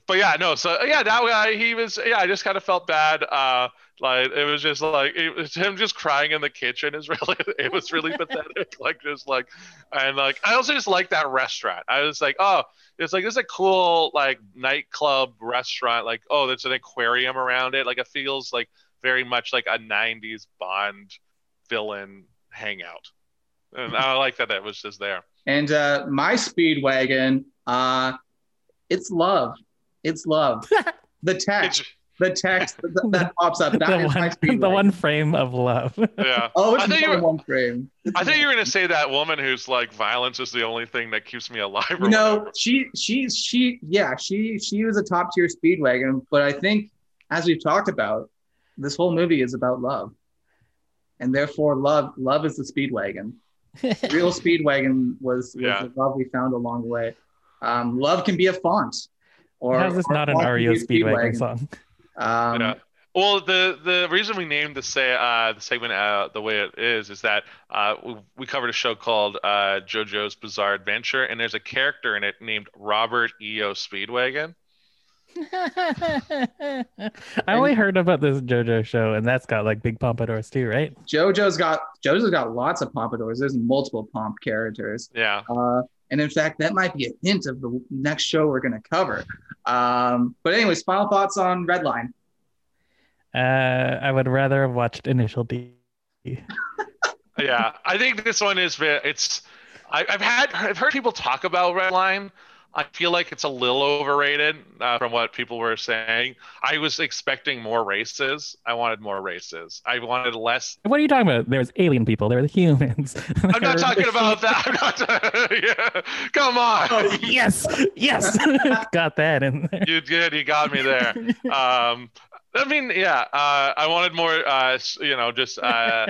Speaker 2: but yeah, no. So yeah, that guy, he was. Yeah, I just kind of felt bad. Uh, like it was just like it was him just crying in the kitchen is really it was really pathetic. Like just like, and like I also just like that restaurant. I was like, oh, it's like this is a cool like nightclub restaurant. Like oh, there's an aquarium around it. Like it feels like very much like a '90s Bond villain hangout. And I like that that was just there.
Speaker 1: And uh, my Speedwagon, uh, it's love. It's love. the text.
Speaker 2: It's-
Speaker 1: the text that, that pops up. That
Speaker 3: the
Speaker 1: is my
Speaker 3: one,
Speaker 1: speed.
Speaker 3: the one frame of love.
Speaker 2: Yeah.
Speaker 1: Oh,
Speaker 2: I
Speaker 1: it's
Speaker 2: think
Speaker 1: more
Speaker 2: you-
Speaker 1: than one frame.
Speaker 2: I think you're gonna say that woman who's like violence is the only thing that keeps me alive.
Speaker 3: Oh
Speaker 2: or
Speaker 1: No,
Speaker 2: whatever.
Speaker 1: she, she, she, yeah, she, she was a top tier speedwagon. But I think, as we've talked about, this whole movie is about love, and therefore, love, love is the speedwagon. Real speedwagon was, was
Speaker 2: Yeah.
Speaker 1: the love we found along the way. Um, love can be a font, or
Speaker 3: How's this
Speaker 1: or
Speaker 3: not an
Speaker 1: love can
Speaker 3: REO
Speaker 1: be a
Speaker 3: Speedwagon song?
Speaker 1: Um,
Speaker 2: Yeah. Well, the the reason we named the say uh, the segment uh, the way it is is that uh, we, we covered a show called uh, JoJo's Bizarre Adventure, and there's a character in it named Robert E.O. Speedwagon.
Speaker 3: I only heard about this JoJo show, and that's got like big pompadours too, right?
Speaker 1: JoJo's got JoJo's got lots of pompadours. There's multiple pomp characters,
Speaker 2: Yeah,
Speaker 1: uh, and in fact, that might be a hint of the next show we're gonna cover. Um, but anyways, final thoughts on Redline.
Speaker 3: Uh, I would rather have watched Initial D.
Speaker 2: yeah. I think this one is ve- it's. I, I've had I've heard people talk about Redline. I feel like it's a little overrated uh, from what people were saying. I was expecting more races. I wanted more races. I wanted less
Speaker 3: What are you talking about? There was alien people. There were the humans.
Speaker 2: I'm not talking about that. I'm not. yeah. Come
Speaker 3: Oh.
Speaker 2: on.
Speaker 3: yes, yes, got that in there.
Speaker 2: You did. You got me there. Um, I mean, yeah. Uh, I wanted more. Uh, s- you know, just uh,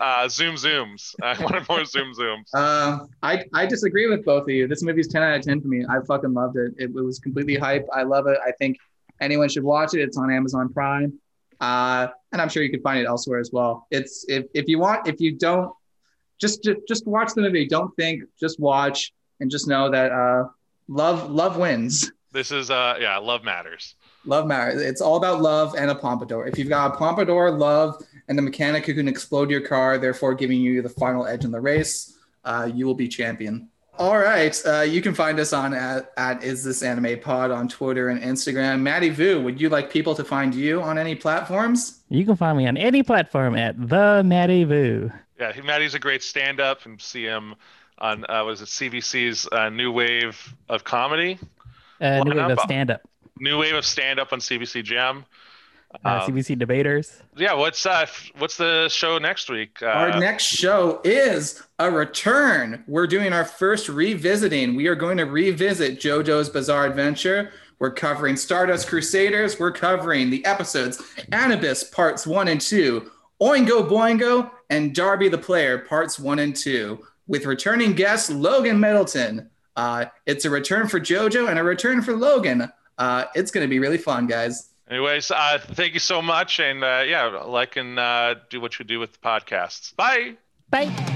Speaker 2: uh, zoom zooms. I wanted more zoom zooms.
Speaker 1: Um, I I disagree with both of you. This movie's 10 out of 10 for me. I fucking loved it. It, it was completely hype. I love it. I think anyone should watch it. It's on Amazon Prime, uh, and I'm sure you can find it elsewhere as well. It's if if you want, if you don't, just just, just watch the movie. Don't think. Just watch and just know that uh, love love wins.
Speaker 2: This is. Uh, yeah. Love matters.
Speaker 1: Love matters. It's all about love and a pompadour. If you've got a pompadour, love, and a mechanic who can explode your car, therefore giving you the final edge in the race, uh, you will be champion. All right. Uh, you can find us on at, at Is This Anime Pod on Twitter and Instagram. Maddie Vu, would you like people to find you on any platforms?
Speaker 3: You can find me on any platform at the Uh, Maddie Vu.
Speaker 2: Yeah. He, Maddie's a great stand-up, and see him on uh, was it CBC's uh, New Wave of Comedy,
Speaker 3: Uh, new
Speaker 2: Line
Speaker 3: wave of
Speaker 2: up.
Speaker 3: stand up.
Speaker 2: New Wave of Stand-up on CBC Gem. Um,
Speaker 3: Uh, CBC debaters.
Speaker 2: yeah. What's uh, f- what's the show next week? Uh,
Speaker 1: our next show is a return. We're doing our first revisiting. We are going to revisit JoJo's Bizarre Adventure. We're covering Stardust Crusaders. We're covering the episodes Anubis Parts 1 and 2, Oingo Boingo, and Darby the Player Parts 1 and 2, with returning guest Logan Middleton. Uh, it's a return for JoJo and a return for Logan. Uh, it's going to be really fun, guys.
Speaker 2: Anyways, uh, thank you so much, and uh, yeah, like and uh, do what you do with the podcasts. Bye.
Speaker 3: Bye.